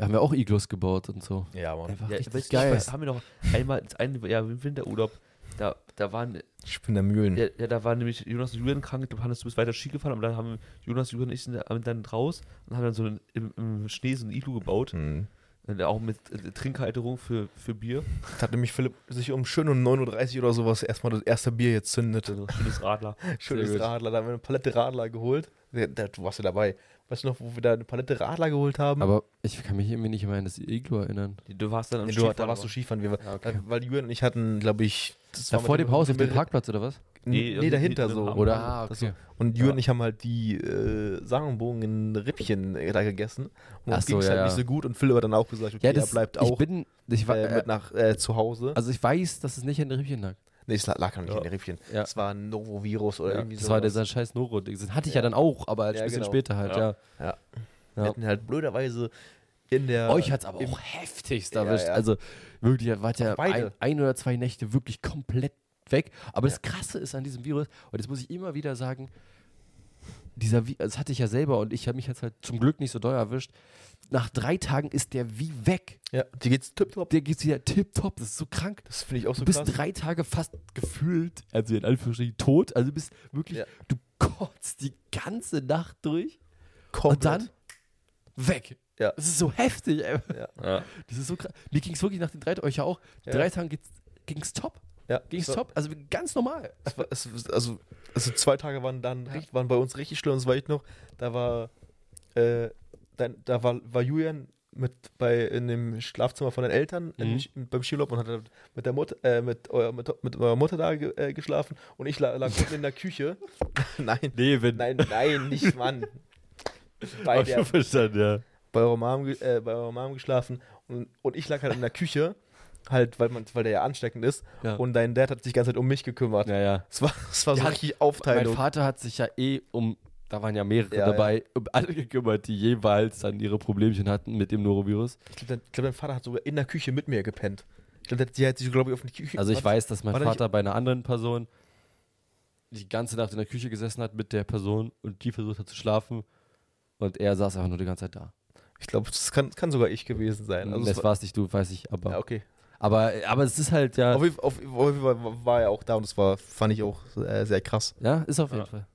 B: haben wir auch Iglus gebaut und so.
A: Ja, Mann.
B: Einfach
C: Ja,
B: richtig
C: weißt du,
B: geil.
C: Haben wir noch einmal das eine ja, im Winterurlaub, da, da waren,
A: Ich bin der Mühlen.
C: ja, ja, da waren nämlich Jonas und Julian krank, ich glaube, Hannes, du bist weiter Ski gefahren, aber dann haben Jonas, Julian und ich sind da- dann raus und haben dann so einen, im, im Schnee so ein Iglu gebaut.
A: Hm.
C: Und auch mit äh, Trinkhalterung für, für Bier.
A: Das hat nämlich Philipp sich um schön um 9.30 Uhr oder sowas erstmal das erste Bier jetzt zündet.
C: So ein schönes Radler.
A: Schönes
B: Also, gut.
A: Radler, da haben wir eine Palette Radler geholt. Ja, da- Du warst ja dabei. Weißt du noch, wo wir da eine Palette Radler geholt haben?
B: Aber ich kann mich irgendwie nicht mehr an das Iglu erinnern.
C: Du warst dann am
A: Nee, du,
C: Skifahren,
A: da warst du
C: aber-
A: Skifahren. Wir, äh,
B: Ja, okay.
A: Weil Jürgen und ich hatten, glaube ich. das
B: Da
A: war
B: vor
A: mit
B: dem Haus auf dem
A: mit-
B: Parkplatz oder was?
A: Nee,
C: Nee,
A: dahinter
C: hinten im
A: so.
C: Hafen.
B: Oder
C: Mann,
B: ah,
C: das war-
B: okay.
A: Und Jürgen
C: Ja.
A: und ich haben halt die äh, Sagenbogen in Rippchen äh, da gegessen. Und
B: Ach
A: uns
B: so,
A: ging es
B: ja,
A: halt
B: ja.
A: nicht so gut. Und Philipp hat dann auch gesagt, okay, er bleibt
B: Ich
A: auch
B: bin ich war,
A: äh, mit nach äh, zu Hause.
B: also ich weiß, dass es nicht an den Rippchen lag.
A: nee, es lag, lag gar nicht
C: Ja.
A: in den Rippchen.
B: Ja.
A: Es war ein Novovirus oder irgendwie
B: das
A: so.
B: war dieser scheiß noro ding Das hatte ich ja, dann auch, aber ein
A: Ja,
B: bisschen
A: genau.
B: später halt,
C: Ja.
B: ja.
A: Wir
B: Ja.
A: hatten halt blöderweise in der.
B: Euch hat es aber
A: im-
B: auch heftigst
A: Ja,
B: erwischt.
A: ja.
B: Also wirklich, ihr wart ja ein,
A: Beide.
B: ein oder zwei Nächte wirklich komplett weg. Aber das Krasse ist an diesem Virus, und das muss ich immer wieder sagen, dieser, Vi- das hatte ich ja selber und ich habe mich jetzt halt zum Glück nicht so teuer erwischt. Nach drei Tagen ist der wie weg.
A: Ja, die geht's tipptopp.
B: Der geht wieder tipptopp. Das ist so krank.
A: Das finde ich auch so
B: Du bist
A: krass.
B: drei Tage fast gefühlt, also in Anführungsstrichen tot, also du bist wirklich,
A: Ja.
B: du kotzt die ganze Nacht durch
A: Komplett.
B: und dann weg.
A: Ja.
B: Das ist so heftig, ey.
C: Ja.
B: Das ist so krass. Mir ging es wirklich nach den drei Tagen, euch ja auch,
A: Ja.
B: drei Tagen ging es top.
A: Ja,
B: Ging es
A: es war-
B: top, also ganz normal.
A: Es war, es, also, also zwei Tage waren dann
B: Ja.
A: richtig, waren bei uns richtig schlimm. Das weiß ich noch. Da war, äh, dann, da war, war Julian mit bei in dem Schlafzimmer von den Eltern in,
B: Mhm.
A: Sch- beim Skilob und hat dann mit der Mutter äh, mit, eurer, mit, mit eurer Mutter da ge, äh, geschlafen und ich la- lag unten in der Küche. nein,
B: Leben.
A: nein, nein, nicht Mann. Bei,
B: Hab
A: der,
B: verstanden, ja.
A: bei, eurer Mom, ge- äh, bei eurer Mom geschlafen und, und ich lag halt in der Küche, halt, weil, man, weil der ja ansteckend ist.
B: Ja.
A: Und dein Dad hat sich die ganze Zeit um mich gekümmert.
B: Ja, ja.
A: Es war, es war so
B: Ja,
A: richtig
B: Mein
A: Aufteilung.
B: Vater hat sich ja eh um, da waren ja mehrere
A: Ja,
B: dabei, um alle gekümmert, die jeweils dann ihre Problemchen hatten mit dem Norovirus.
A: ich glaube, dein, ich glaub, dein Vater hat sogar in der Küche mit mir gepennt. Ich glaube, die hat sich, glaube ich, auf die Küche.
B: Also ich weiß, dass mein
A: Warte, ich-
B: Vater bei einer anderen Person die ganze Nacht in der Küche gesessen hat mit der Person und die versucht hat zu schlafen und er saß einfach nur die ganze Zeit da.
A: Ich glaube, das kann, kann sogar ich gewesen sein. Also
B: das
A: es war,
B: war es nicht du, weiß ich, aber,
A: ja, okay.
B: aber aber es ist halt ja,
A: Auf, jeden Fall- auf, auf jeden Fall war er auch da und das war, fand ich auch äh, sehr krass.
B: ja, ist auf jeden
C: Ja.
B: Fall.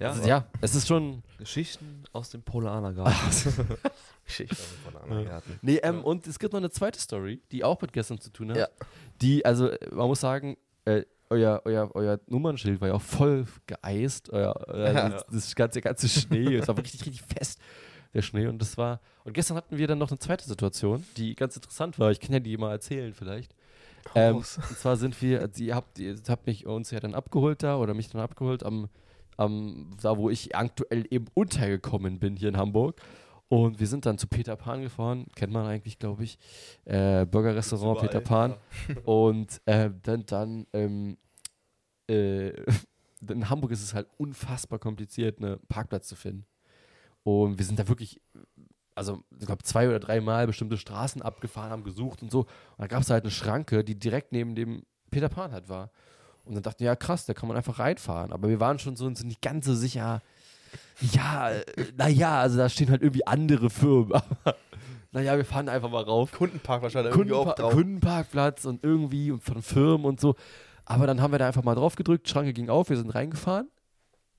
C: Ja,
B: also, ja, es ist schon
C: Geschichten aus dem Polaranergarten.
A: Schicht von anderen Garten.
B: Nee, ähm, und es gibt noch eine zweite Story, die auch mit gestern zu tun hat.
A: Ja.
B: Die, also, äh, man muss sagen, äh, euer, euer, euer Nummernschild war ja auch voll geeist. Euer, euer,
A: Ja.
B: das, das ganze, der ganze Schnee, es war richtig, richtig fest, der Schnee. Und das war. Und gestern hatten wir dann noch eine zweite Situation, die ganz interessant war. Ich kann ja die mal erzählen, vielleicht. Ähm, und
A: raus.
B: zwar sind wir, also ihr habt, ihr habt mich uns ja dann abgeholt da oder mich dann abgeholt am, am da wo ich aktuell eben untergekommen bin hier in Hamburg. Und wir sind dann zu Peter Pan gefahren, kennt man eigentlich, glaube ich. Äh, Burgerrestaurant
C: Überall,
B: Peter Pan. Und äh, dann, dann, ähm, äh, in Hamburg ist es halt unfassbar kompliziert, ne, einen Parkplatz zu finden. Und wir sind da wirklich, also ich glaube, zwei oder dreimal bestimmte Straßen abgefahren, haben gesucht und so. Und da gab es halt eine Schranke, die direkt neben dem Peter Pan halt war. Und dann dachten wir, ja krass, da kann man einfach reinfahren. Aber wir waren schon so uns nicht ganz so äh, sicher. Ja, naja, also da stehen halt irgendwie andere Firmen. Aber naja, wir fahren einfach mal rauf.
A: Kundenpark wahrscheinlich irgendwie auch
B: Kundenpa
A: drauf.
B: Kundenparkplatz und irgendwie und von Firmen und so. Aber dann haben wir da einfach mal drauf gedrückt, Schranke ging auf, wir sind reingefahren,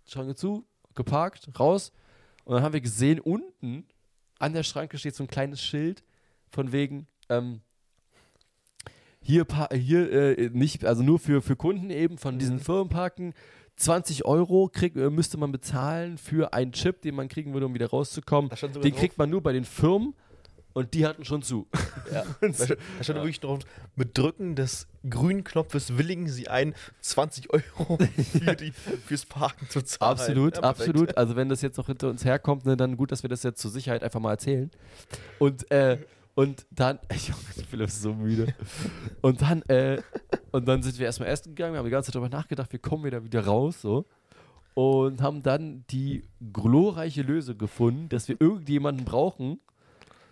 B: Schranke zu, geparkt, raus. Und dann haben wir gesehen, unten an der Schranke steht so ein kleines Schild von wegen, ähm, hier, pa- hier äh, nicht, also nur für, für Kunden eben von
A: Mhm.
B: diesen Firmenparken. 20 Euro krieg, äh, müsste man bezahlen für einen Chip, den man kriegen würde, um wieder rauszukommen.
A: Da stand sogar
B: Den
A: drauf-
B: kriegt man nur bei den Firmen und die hatten schon zu.
A: Da
B: Und so-
A: stand da stand wirklich drauf, mit Drücken des grünen Knopfes willigen sie ein, 20 Euro für die, fürs Parken zu zahlen.
B: Absolut,
A: halt, Ja, perfekt.
B: absolut. Also wenn das jetzt noch hinter uns herkommt, ne, dann gut, dass wir das jetzt zur Sicherheit einfach mal erzählen. Und, äh, und dann, Junge, Philipp ist so müde. Und dann, äh, und dann sind wir erstmal essen gegangen, wir haben die ganze Zeit darüber nachgedacht, wir kommen wieder wieder raus, so. Und haben dann die glorreiche Lösung gefunden, dass wir irgendjemanden brauchen,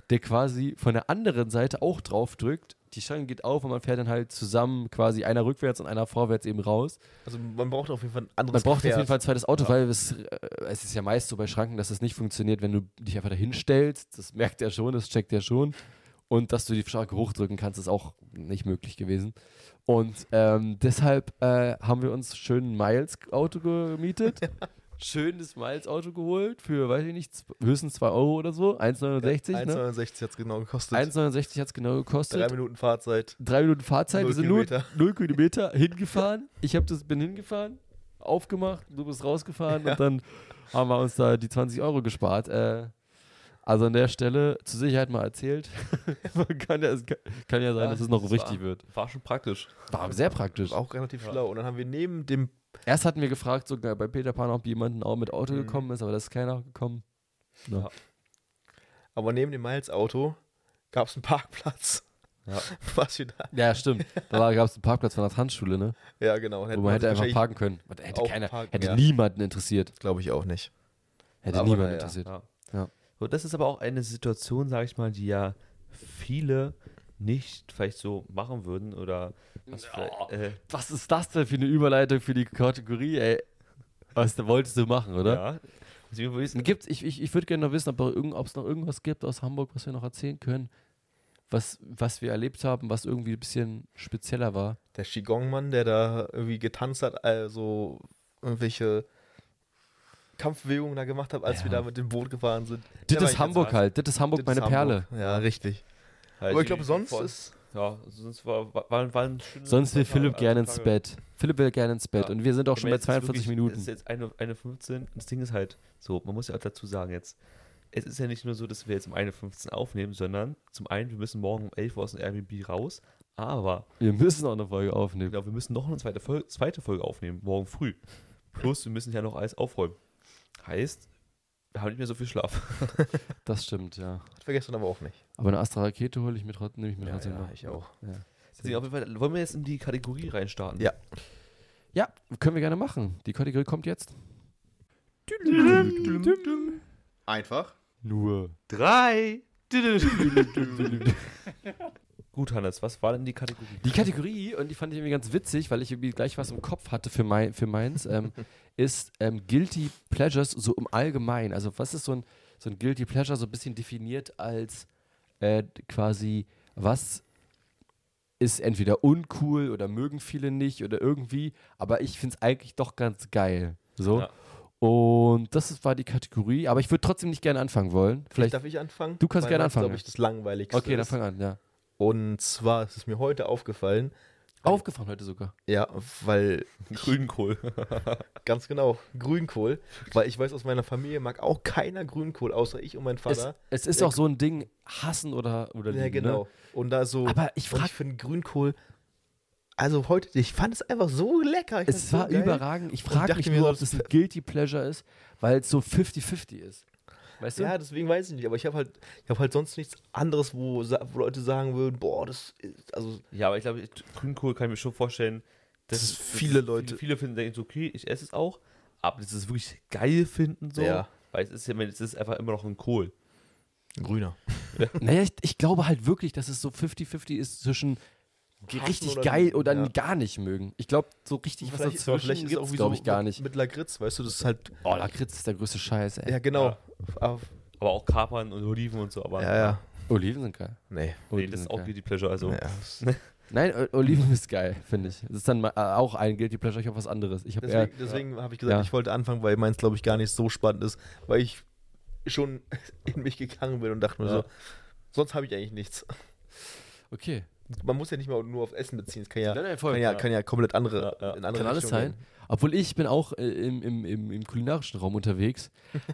B: der quasi von der anderen Seite auch drauf drückt. Die Schlange geht auf und man fährt dann halt zusammen quasi einer rückwärts und einer vorwärts eben raus.
A: Also man braucht auf jeden Fall ein anderes
B: Man braucht auf
A: Gefährt.
B: jeden Fall ein zweites Auto, weil es, äh, es ist ja meist so bei Schranken, dass es nicht funktioniert, wenn du dich einfach dahin stellst. Das merkt er schon, das checkt er schon. Und dass du die Schranke hochdrücken kannst, ist auch nicht möglich gewesen. Und ähm, deshalb äh, haben wir uns schön ein Miles-Auto gemietet. Schönes Miles-Auto geholt für, weiß ich nicht, zw- höchstens 2 Euro oder so. 1,69. ne?
A: 1,69 hat es genau gekostet.
B: 1,69 hat es genau gekostet
A: Drei Minuten Fahrzeit.
B: drei Minuten Fahrzeit,
A: Null
B: wir sind nur
A: Kilometer.
B: 0 Kilometer hingefahren. Ich hab das, bin hingefahren, aufgemacht, du bist rausgefahren und dann haben wir uns da die 20 Euro gespart. Äh, also an der Stelle zur Sicherheit mal erzählt. Man kann, ja, es kann, kann ja sein,
C: Ja,
B: dass es noch
C: das
B: richtig
C: war-
B: wird.
C: War schon praktisch.
B: War sehr praktisch.
A: War auch relativ schlau. Und dann haben wir neben dem
B: Erst hatten wir gefragt, sogar bei Peter Pan, ob jemand auch mit
A: Mhm.
B: Auto gekommen ist, aber da ist keiner gekommen.
A: Aber neben dem Miles-Auto gab es einen Parkplatz.
C: Ja.
A: Was wir da.
B: Ja, stimmt. Da gab es einen Parkplatz von der Tanzschule, ne?
A: Ja, genau. Hätten
B: Wo man
A: wir
B: hätte einfach
A: wahrscheinlich-
B: parken können. Und Hätte,
A: auch
B: keiner,
A: parken,
B: hätte
A: ja.
B: niemanden interessiert.
A: Glaube ich auch nicht.
B: Hätte
A: Aber
B: niemanden
A: naja.
B: interessiert.
C: Ja.
B: Ja.
C: So, das ist aber auch eine Situation, sage ich mal, die ja viele nicht vielleicht so machen würden oder was vielleicht, äh,
B: Was ist das denn für eine Überleitung für die Kategorie, ey? Was da wolltest du machen, oder?
C: ja. Deswegen würde ich-
B: Gibt's, ich ich, ich würde gerne noch wissen, ob es noch irgendwas gibt aus Hamburg, was wir noch erzählen können, was, was wir erlebt haben, was irgendwie ein bisschen spezieller war.
A: Der Qigong-Mann, der da irgendwie getanzt hat, also irgendwelche Kampfbewegungen da gemacht hat, als
B: Ja.
A: wir da mit dem Boot gefahren sind. Der
B: Das
A: war
B: ist
A: echt
B: Hamburg
A: ganz-
B: halt, das ist Hamburg
A: Das
B: meine
A: ist
B: Perle.
A: Hamburg. Ja, richtig. Aber ich glaube, sonst
C: voll-
A: ist.
C: halt Ja, sonst war, war, waren- waren schöne-
B: Sonst will
C: waren
B: Philipp
C: alle
B: gerne
C: also Tage.
B: ins Bett. Philipp will gerne ins Bett
C: Ja.
B: und wir sind auch
C: Aber
B: schon bei
C: jetzt ist
B: 42
C: wirklich- Es
B: Minuten.
C: ist jetzt eine, eine 15. Das Ding ist halt so, man muss ja auch dazu sagen jetzt, es ist ja nicht nur so, dass wir jetzt um eine 15 aufnehmen, sondern zum einen, wir müssen morgen um 11 Uhr aus dem Airbnb raus, aber
B: Wir müssen auch eine Folge aufnehmen.
C: genau, wir müssen noch eine zweite, Fol zweite Folge aufnehmen, morgen früh. Plus, wir müssen ja noch alles aufräumen. Heißt, wir haben nicht mehr so viel Schlaf.
B: Das stimmt, ja.
A: Hat vergessen, aber auch nicht.
B: Aber eine Astra-Rakete hole ich mir trotzdem, nehme ich mir trotzdem noch.
A: ich auch.
C: Deswegen Also, auf jeden Fall, wollen wir jetzt in die Kategorie reinstarten?
A: Ja.
B: Ja, können wir gerne machen. Die Kategorie kommt jetzt.
A: Einfach.
B: Nur.
C: Drei! Gut, Hannes, was war denn die Kategorie?
B: Die Kategorie, und die fand ich irgendwie ganz witzig, weil ich irgendwie gleich was im Kopf hatte für, mein, für meins, ähm, ist ähm, Guilty Pleasures so im Allgemeinen. Also, was ist so ein, so ein Guilty Pleasure, so ein bisschen definiert als äh, quasi, was ist entweder uncool oder mögen viele nicht oder irgendwie, aber ich finde es eigentlich doch ganz geil. So.
C: Ja.
B: Und das ist- war die Kategorie, aber ich würde trotzdem nicht gerne anfangen wollen. Vielleicht.
A: Darf ich anfangen?
B: Du kannst
A: Weil
B: gerne
A: das,
B: anfangen,
A: glaube ich, das langweiligste.
B: Okay, dann
A: ist.
B: fang an, ja.
A: Und zwar ist es mir heute aufgefallen,
B: Aufgefahren heute sogar.
A: ja, weil
C: Grünkohl.
A: Ganz genau, Grünkohl. Weil ich weiß, aus meiner Familie mag auch keiner Grünkohl, außer ich und mein
B: Es,
A: Vater.
B: es ist auch so ein Ding, hassen oder, oder lieben,
A: ja, genau.
B: Ne?
A: Und da so.
B: Aber ich
A: und
B: frag-
A: ich finde Grünkohl. Also heute, ich fand es einfach so lecker. Ich fand's
B: Es
A: so
B: war
A: geil.
B: überragend. Ich
A: Und
B: frage
A: dachte
B: mich
A: mir
B: nur,
A: so,
B: ob das ein Guilty Pleasure ist, weil es so 50-50 ist. Weißt du?
A: Ja, deswegen weiß ich nicht. Aber ich habe halt, ich habe halt sonst nichts anderes, wo, sa- wo Leute sagen würden, boah, das ist, also
C: Ja, aber ich glaube, Grünkohl kann ich mir schon vorstellen, dass
A: Das
C: es-
A: viele Leute-
C: Viele, viele finden, denken so, okay, ich esse es auch, aber das ist wirklich geil finden so.
A: Ja.
C: Weil es ist ja, es ist einfach immer noch ein Kohl.
A: grüner.
B: Naja, ich, ich glaube halt wirklich, dass es so 50-50 ist zwischen
A: Hassen
B: richtig
A: oder
B: geil
A: lieben,
B: oder
A: ja.
B: gar nicht mögen. Ich glaube, so richtig was dazwischen gibt es, glaube ich, gar nicht.
A: Mit Lakritz, weißt du, das ist halt.
B: Oh, Lakritz ist der größte Scheiß, ey.
A: Ja, genau.
C: Ja.
A: Aber-
C: Aber auch Kapern und Oliven und so. Aber
A: Ja, ja.
B: Oliven sind geil.
A: Nee.
C: Nee,
B: Oliven
C: das ist
B: sind
C: auch
B: geil.
C: Guilty Pleasure. Also,
A: Ja.
B: Nein, O- Oliven ist geil, finde ich. Das ist dann mal, äh, auch ein Guilty Pleasure, ich habe was anderes. Ich habe eher,
A: Deswegen, deswegen habe ich gesagt,
B: Ja.
A: ich wollte anfangen, weil meins, glaube ich, gar nicht so spannend ist, weil ich schon in mich gegangen bin und dachte mir
B: Ja.
A: so, sonst habe ich eigentlich nichts.
B: okay.
A: Man muss ja nicht mal nur auf Essen beziehen, es kann ja,
B: Nein, nein, voll,
A: kann ja,
B: ja.
A: kann ja komplett andere,
C: Ja, ja.
A: in andere
B: Kann alles
A: Richtungen
B: sein.
A: gehen.
B: Obwohl ich bin auch äh, im, im, im, im kulinarischen Raum unterwegs.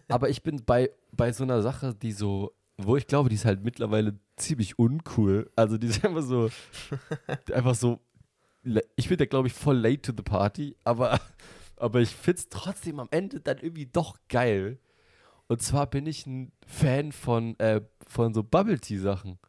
B: aber ich bin bei, bei so einer Sache, die so, wo ich glaube, die ist halt mittlerweile ziemlich uncool. Also die ist einfach so, einfach so, le- ich bin da glaube ich voll late to the party, aber, aber ich find's trotzdem am Ende dann irgendwie doch geil. Und zwar bin ich ein Fan von, äh, von so Bubble-Tea-Sachen.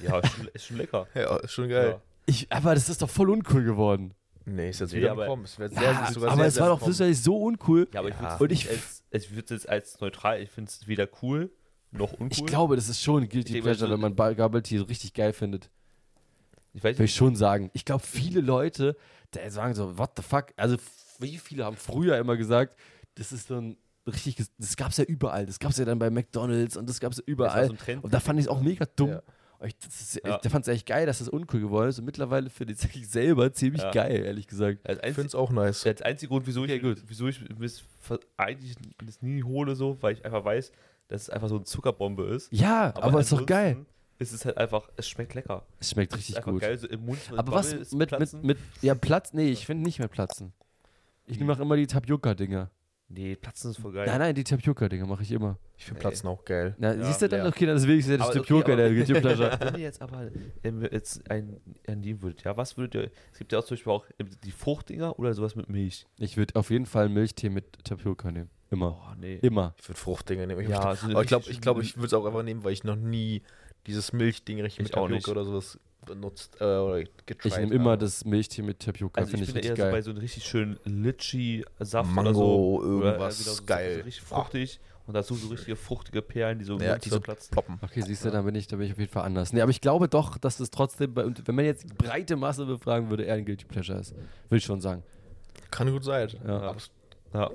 C: ja, ist schon, ist schon lecker.
A: Ja, ist schon geil.
B: Ich, aber das ist doch voll uncool geworden.
A: Nee, ist jetzt
C: Nee,
A: wieder
C: aber-
A: gekommen. Es wär sehr,
B: Ja,
A: sogar
B: aber
A: sehr,
B: es
A: sehr
B: war doch
A: gekommen.
B: wissentlich so uncool.
C: Ja, aber ich
A: Ja.
C: würde
B: Und
C: es
B: ich-
C: nicht als, als, ich würd's jetzt als neutral, ich finde es weder cool noch uncool.
B: Ich glaube, das ist schon ein Guilty
C: denke,
B: Pleasure,
C: also-
B: wenn man Ba- Bubble Tea so richtig geil findet.
C: ich weiß
B: Würde ich schon sagen. Ich glaube, viele Leute die sagen so, what the fuck? Also, f- wie viele haben früher immer gesagt, das ist so ein richtiges, das gab's ja überall. Das gab's ja dann bei McDonalds und das gab's ja
C: das war
B: überall.
C: so ein Trend.
B: und da fand ich es auch mega dumm.
A: Ja.
B: Aber Ich, das ist,
C: Ja.
B: ich fand es echt geil, dass das uncool geworden ist. Und mittlerweile finde ich es selber ziemlich
C: Ja.
B: geil, ehrlich gesagt.
C: Als
A: Ich
C: einzig,
A: finde es auch nice.
C: der einzige Grund, wieso ich, wieso ich es ver- eigentlich das nie hole, so, weil ich einfach weiß, dass es einfach so eine Zuckerbombe ist.
B: Ja, aber, ist doch
C: ansonsten
B: geil.
C: Ist es halt einfach, es schmeckt lecker.
B: Es schmeckt
C: Es ist
B: richtig
C: einfach
B: gut.
C: geil, so im Mund. so
B: Aber
C: Bubble ist
B: was mit, mit,
C: platzen.
B: mit, ja, Platz, nee, ich finde nicht mehr Platzen. Ich mache immer die Tapioca-Dinger.
C: Nee, platzen ist voll geil.
B: Nein, nein, die Tapioca-Dinger mache ich immer.
A: Ich finde Platzen auch geil.
B: Na,
C: Ja,
B: siehst du dann,
C: ja.
B: okay, dann ist wenigstens das
C: Aber okay,
B: Tapioca, der
C: aber-
B: Guilty Pleasure.
C: Wenn ihr jetzt aber ähm, jetzt ein, ein nehmen würdet, ja, was würdet ihr, es gibt ja auch zum Beispiel auch ähm, die Fruchtdinger oder sowas mit Milch.
B: Ich würde auf jeden Fall Milchtee mit Tapioca nehmen. Immer.
C: Oh, nee.
B: Immer.
A: Ich würde Fruchtdinger nehmen. Ich
C: Ja,
A: ja,
C: so eine
A: aber ich glaube,
C: richtig-
A: ich, glaub, ich würde es auch einfach nehmen, weil ich noch nie dieses Milchding richtig
C: Ich
A: mit
C: auch
A: Tapioca
C: nicht.
A: oder sowas benutzt äh, oder getried.
B: Ich nehme immer das Milchtee mit Tapioca,
C: Also
B: finde
C: ich
B: ich
C: bin da
B: richtig
C: eher so bei
B: geil.
C: so einem richtig schönen Litschi-Saft oder so.
A: Mango,
C: Oder
A: irgendwas
C: wieder so,
A: geil.
C: So richtig fruchtig und dazu so richtige fruchtige Perlen, die so im
A: Ja,
C: Mund
A: die so
C: zerplatzen.
A: ploppen.
B: okay, siehst du, dann bin ich, da bin ich auf jeden Fall anders. Nee, aber ich glaube doch, dass es trotzdem, bei, und wenn man jetzt die breite Masse befragen würde, eher ein Guilty Pleasure ist. Würde ich schon sagen.
A: Kann gut sein.
B: Ja.
A: Aber es
C: Ja.
A: kann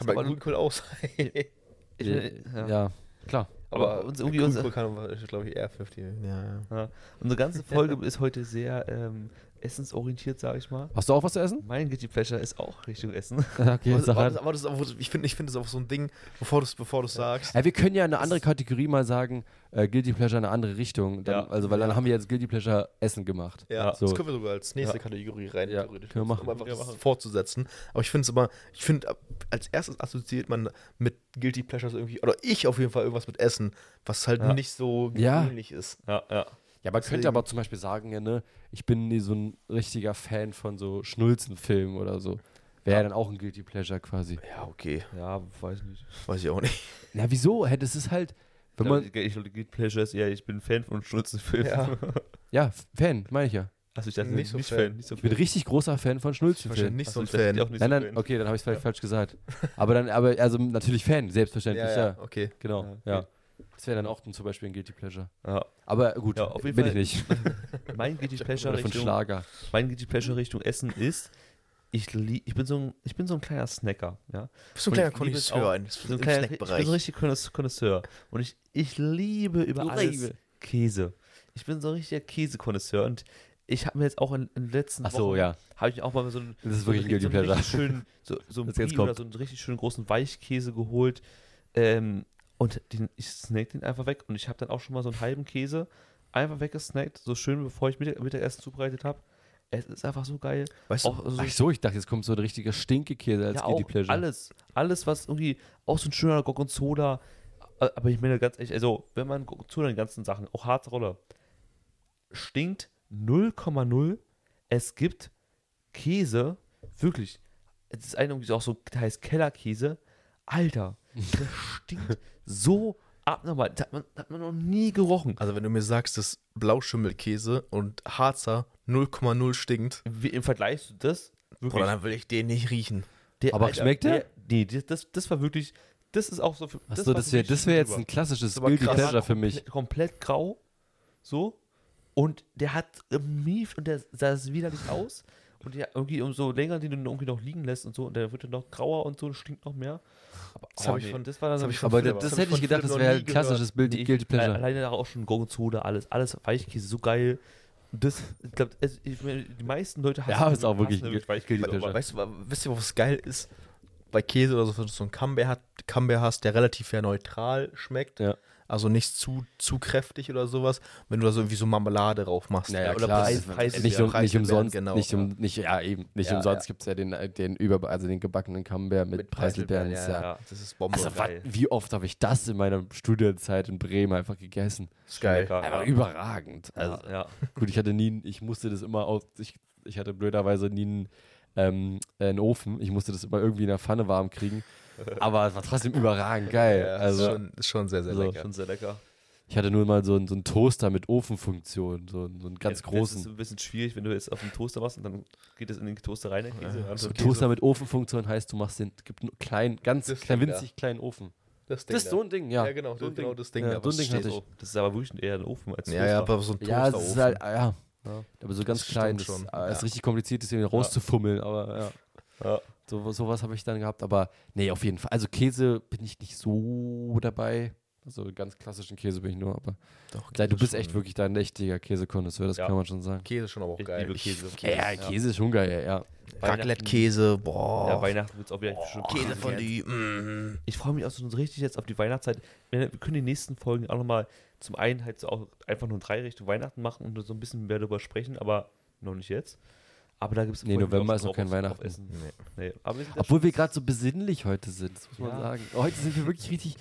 C: Ist
A: bei
C: aber-
A: Grünkohl auch sein.
C: Ich bin, ja.
B: ja. klar.
C: Aber, uns, irgendwie uns,
A: Grünkohl kann, glaube ich, eher 50. Ja.
C: ja. unsere ganze Folge ist heute sehr ähm, essensorientiert, sage ich mal.
B: Hast du auch was zu essen?
C: Mein Guilty Pleasure ist auch Richtung Essen.
B: Okay,
A: Aber, das-
B: sag halt-
A: aber,
B: an.
A: das, aber das, ist auch- ich finde, ich find das ist auch so ein Ding, bevor du es bevor du's sagst.
B: Ja, wir können ja eine andere Kategorie mal sagen, äh, Guilty Pleasure in eine andere Richtung. Dann,
C: Ja.
B: Also, weil dann haben wir jetzt Guilty Pleasure Essen gemacht.
A: Ja,
B: so.
A: das können wir sogar als nächste
C: Ja.
A: Kategorie rein,
B: Ja,
A: theoretisch.
B: können wir machen.
A: Um einfach
C: Können wir
A: das
C: machen.
A: fortzusetzen. Aber ich finde es immer, ich finde, ab- als erstes assoziiert man mit Guilty Pleasures irgendwie, oder ich auf jeden Fall irgendwas mit Essen, was halt
C: Ja.
A: nicht so
B: Ja.
A: gewöhnlich ist.
C: Ja, ja.
B: Ja, man
A: Deswegen-
B: könnte aber zum Beispiel sagen, ja, ne, ich bin nie so ein richtiger Fan von so Schnulzenfilmen oder so. Wäre ja. dann auch ein Guilty Pleasure quasi.
A: Ja, okay.
C: Ja, weiß nicht.
A: Weiß ich auch nicht.
B: Na, wieso? Hä, das ist halt, wenn
C: Wenn
B: man,
C: man, ich glaube, Guilty Pleasure ist eher, ich bin Fan von Schnulzenfilmen.
A: Ja.
B: ja, Fan, meine ich ja.
C: Also ich dachte,
A: Nicht
C: nicht
A: so
C: so
A: Fan.
C: Fan. Nicht so
B: Ich bin
C: Fan.
B: richtig großer Fan von Schnulzenfilmen.
A: Wahrscheinlich nicht so ein
C: Also ich dachte,
A: Fan.
C: ich auch nicht
B: Nein,
C: so
B: nein,
C: Fan.
B: okay, dann habe ich es vielleicht falsch gesagt. Aber dann, aber, also natürlich Fan, selbstverständlich, ja.
A: okay.
B: Genau,
C: Ja,
B: ja.
C: okay.
B: Das wäre dann auch zum Beispiel ein Guilty Pleasure.
C: Ja.
B: Aber gut,
C: Ja, auf jeden
B: bin
C: Fall
B: ich nicht.
C: Mein Guilty Pleasure
B: Oder von
C: Richtung
B: Schlager.
C: mein Guilty Pleasure Richtung Essen ist, ich, lie- ich, bin, so ein, ich bin so ein kleiner Snacker. Ja?
A: Bist du ein
C: Und
A: kleiner
C: ich liebe es
A: Konnoisseur
C: auch.
A: ein,
C: So ein
A: im
C: kleiner, ich bin so
A: Snackbereich.
C: ein richtig Konnois- Konnoisseur. Und ich, ich liebe über
B: Du
C: alles
B: liebe.
C: Käse. Ich bin so ein richtiger Käsekonnoisseur. Und ich habe mir jetzt auch in, in den letzten
B: Ach so,
C: Wochen,
B: ja.
C: habe ich mir auch mal so ein
B: Das ist
C: so
B: wirklich ein Guilty
C: einen
B: Pleasure.
C: richtig schönen, so, so einen
B: Das jetzt
C: Brie oder
B: kommt.
C: so einen richtig schönen großen Weichkäse geholt. Ähm, und den, ich snack den einfach weg. Und ich habe dann auch schon mal so einen halben Käse einfach weggesnackt, so schön, bevor ich Mittag, Mittagessen zubereitet habe. Es ist einfach so geil.
A: Weißt du,
C: Auch so,
B: Ach so, ich dachte, jetzt kommt so ein richtiger Stinkekäse als
C: ja,
B: Guilty
C: auch
B: Pleasure.
C: alles. Alles, was irgendwie auch so ein schöner Gorgonzola. äh, Aber ich meine ganz ehrlich, also wenn man Gorgonzola den ganzen Sachen, auch Harzrolle, stinkt 0,0. Es gibt Käse, wirklich. Es ist einer irgendwie auch so, der heißt Kellerkäse. Alter, der stinkt so abnormal. Das hat man, das hat man noch nie gerochen.
A: also wenn du mir sagst, dass Blauschimmelkäse und Harzer 0,0 stinkt,
C: Wie, Im Vergleich zu das,
A: boah, dann will ich den nicht riechen.
C: der,
B: Aber schmeckt der?
C: Nee, das, das, das war wirklich, das ist auch so. für-
B: Achso,
C: war
B: das
C: für
B: wäre
C: mich
B: das wär jetzt
C: drüber.
B: ein klassisches
A: aber
B: Guilty
A: krass.
B: Pleasure für
C: komple-
B: mich.
C: Komplett grau. So. Und der hat gemieft und der sah es widerlich aus. Und ja, irgendwie umso länger den du irgendwie noch liegen lässt und so, und der wird dann noch grauer und so, stinkt noch mehr. Aber oh
A: Das hab ich von-
C: das war dann
A: das
C: so
A: hab ich
C: ein
A: von
B: Aber
A: Philipp,
B: das,
A: das
B: das
A: hab ich
B: hätte
A: von
B: ich gedacht,
A: Philipp
B: das
A: noch
B: wäre
A: nie
B: ein klassisches Bild, die
C: Ich-
B: Guilty
C: Alle-
B: Pleasure.
C: Alleine da auch schon Gorgonzola, alles, alles Weichkäse, so geil. Und das, ich glaube, ich meine, die meisten Leute
B: Ja, ist auch wirklich ein
C: wirklich
B: Guilty
C: Weichkäse.
A: Aber
B: Pleasure.
A: weißt du, wa- wisst ihr, was geil ist? Bei Käse oder so, wenn du so einen Camembert, hat, Camembert hast, der relativ ja neutral schmeckt,
B: Ja.
A: also nicht zu, zu kräftig oder sowas, wenn du da so irgendwie so Marmelade drauf machst.
B: Naja,
A: oder
B: klar,
A: Preis-
C: das-
A: Preis-
B: nicht, um,
A: Preis-
B: nicht umsonst,
A: genau.
B: nicht um, nicht, ja eben, nicht
A: Ja, ja.
B: umsonst gibt es ja den, äh, den über, also den gebackenen Camembert mit,
A: mit
B: Preiselbeeren.
A: Preiselbeeren,
B: ist
A: ja, Oh,
B: ja,
A: ja. Das ist Bombe.
B: Also wat,
C: geil.
B: wie oft habe ich das in meiner Studienzeit in Bremen einfach gegessen?
A: ist geil.
B: Einfach überragend. Also,
C: Ja, ja.
B: Gut, ich hatte nie, ich musste das immer aus, ich, ich hatte blöderweise nie einen, ähm, äh, einen Ofen. Ich musste das immer irgendwie in der Pfanne warm kriegen. Aber es war trotzdem überragend geil.
A: Ja, ist,
B: also,
A: schon, ist schon sehr, sehr
B: so.
A: lecker.
C: schon sehr lecker.
B: ich hatte nur mal so einen, so einen Toaster mit Ofenfunktion, so, einen- so einen ganz
C: Ja, Das ist
B: großen.
C: ein bisschen schwierig, wenn du jetzt auf den Toaster machst und dann geht es in den Toaster rein, der Käse. dann
B: So ein
C: Käse.
B: Toaster mit Ofenfunktion heißt, du machst den, gibt einen kleinen, ganz
A: Das
B: klein,
A: Ding da.
B: winzig kleinen Ofen.
A: Das,
B: Das ist so ein Ding, ja.
A: Ja, genau,
B: so ein
A: genau
B: Ding.
A: das Ding
B: Ja,
A: da,
B: so ein
A: was
B: Ding hatte
A: steht.
B: ich.
C: Oh, das ist aber wirklich eher ein Ofen als
A: Ja, ja, aber so ein
B: Ja, es ist
A: Toasterofen.
B: halt, ah, ja.
C: Ja.
B: Aber so ganz
A: Das
B: klein. Das,
A: stimmt
B: schon.
A: schon,
B: ist
A: ja.
B: richtig kompliziert, das irgendwie rauszufummeln, aber ja.
C: Ja.
B: So, sowas habe ich dann gehabt, aber nee, auf jeden Fall. Also Käse bin ich nicht so dabei. Also ganz klassischen Käse bin ich nur, aber
A: Doch,
B: Nein, du
A: Käse
B: bist
A: schon-
B: echt wirklich da ein richtiger Käsekondisseur, das
C: Ja.
B: kann man schon sagen.
A: Käse ist schon aber auch
C: Ich
A: geil.
C: liebe Käse.
B: Ja, Äh, Käse ist schon geil, ja.
A: Raclette-Käse, boah.
C: Ja, Weihnachten wird es auch wieder bestimmt
A: Käse
C: geben.
A: von die. Mm.
C: Ich freue mich auch so richtig jetzt auf die Weihnachtszeit. Wir wir können die nächsten Folgen auch nochmal zum einen halt so auch einfach nur drei Richtung Weihnachten machen und so ein bisschen mehr darüber sprechen, aber noch nicht jetzt. Aber da gibt es
B: Nee, November ist noch kein Weihnachten.
A: Nee.
C: Nee. Aber wir sind ja
B: Obwohl wir gerade so besinnlich heute sind, das muss man
C: Ja.
B: sagen. Heute sind wir wirklich richtig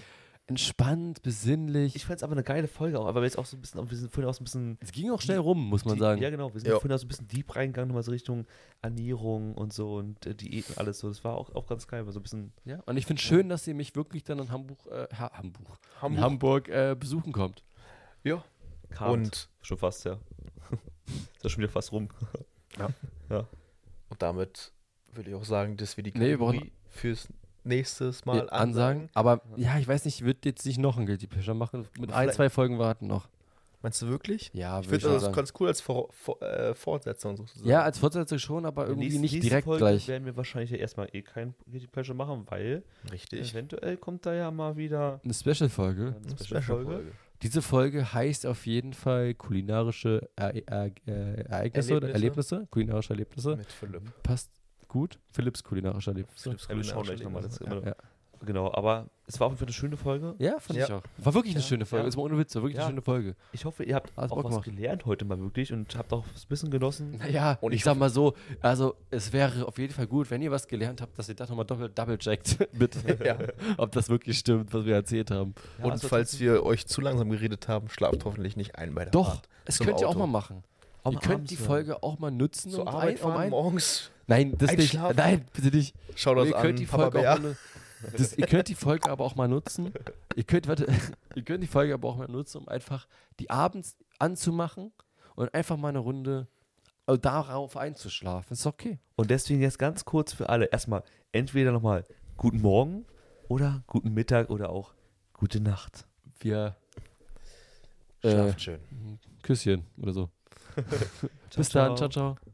B: entspannt, besinnlich.
C: Ich fand es aber eine geile Folge auch, aber jetzt auch so ein bisschen, auch- wir sind vorhin auch so ein bisschen.
B: es ging auch schnell rum, muss man sagen.
C: Ja, genau. Wir sind
A: Ja.
C: vorhin auch so ein bisschen deep reingegangen, nochmal so Richtung Ernährung und so und äh, Diäten, alles so. Das war auch, auch ganz geil, aber so ein bisschen.
B: Ja, und ich finde schön, dass ihr mich wirklich dann in Hamburg, äh, ha Hamburg,
A: Hamburg.
B: In Hamburg äh, besuchen kommt.
A: Ja.
C: Karnt.
A: Und,
C: Schon fast, ja. ist ja schon wieder fast rum.
A: und damit würde ich auch sagen, dass wir die
B: Nee, wir brauchen-
A: Kategorie fürs nächstes
B: Mal
A: Mal
B: Äh, ansagen.
A: ansagen.
B: Aber ja, ich weiß nicht, ich würde jetzt nicht noch ein Guilty Pleasure machen. Mit ein,
A: Vielleicht-
B: zwei Folgen warten noch.
A: Meinst du wirklich?
B: Ja,
A: Ich
B: würd
A: finde das
B: schon sagen.
A: ganz cool als Vor Vor äh, Fortsetzung sozusagen.
B: Ja, als Fortsetzung schon, aber irgendwie
C: Nächste-
B: nicht
C: nächste
B: direkt
C: Folge
B: gleich.
C: werden wir wahrscheinlich ja erstmal eh kein Guilty Pleasure machen, weil
A: richtig.
C: eventuell kommt da ja mal wieder
B: Eine Special-Folge.
C: eine
A: Special-Folge.
B: Diese Folge heißt auf jeden Fall kulinarische er er äh, Ereignisse oder
A: Erlebnisse.
B: Erlebnisse. Kulinarische Erlebnisse.
A: Mit Philipp.
B: Passt gut. Philipps kulinarische Erlebnisse.
A: Philipps
C: Ja, wir schauen gleich
A: kulinarische
C: nochmal.
A: Erlebnisse.
C: das-
B: Ja.
C: Genau, aber es war auf jeden Fall eine schöne Folge.
B: Ja, fand
A: Ja.
B: ich auch. War wirklich eine
C: Ja,
B: schöne Folge.
C: ja.
B: Ist mal ohne Witz, war wirklich
C: Ja.
B: eine schöne Folge.
C: Ich hoffe, ihr habt
B: Hat's
C: auch
B: Bock
C: was
B: gemacht.
C: gelernt heute mal wirklich und habt auch ein bisschen genossen.
B: Naja,
A: Und
B: ich,
A: ich
B: sag mal so, also es wäre auf jeden Fall gut, wenn ihr was gelernt habt, dass ihr das nochmal doppelt double checkt, bitte.
A: Ja.
B: Ob das wirklich stimmt, was wir erzählt haben.
C: Ja,
A: Und
C: also
A: falls wir euch zu langsam geredet haben, schlaft hoffentlich nicht ein bei der
B: Doch,
A: Fahrt
B: es
A: Ah, zum
B: könnt ihr auch
A: Auto.
B: mal machen.
C: Auch
B: ihr
C: mal
B: könnt
C: abends
B: die
C: hören.
B: Folge auch mal nutzen.
A: Zur
B: und
A: Arbeit
B: um
A: fahren morgens.
B: Nein, das nicht.
A: Einschlafen.
B: Nein, bitte nicht.
A: Schau das
B: ihr
A: an.
B: könnt die
A: Papa
B: Folge
A: Bär.
B: auch mal, das, ihr könnt die Folge aber auch mal nutzen. Ihr könnt, warte, ihr könnt die Folge aber auch mal nutzen, um einfach die abends anzumachen und einfach mal eine Runde äh, darauf einzuschlafen. Ist okay.
C: Und deswegen jetzt ganz kurz für alle. Erstmal entweder nochmal guten Morgen oder guten Mittag oder auch gute Nacht.
B: Wir äh,
A: Schlaft schön.
B: Küsschen oder so. Bis
C: Ciao,
B: dann, ciao, ciao.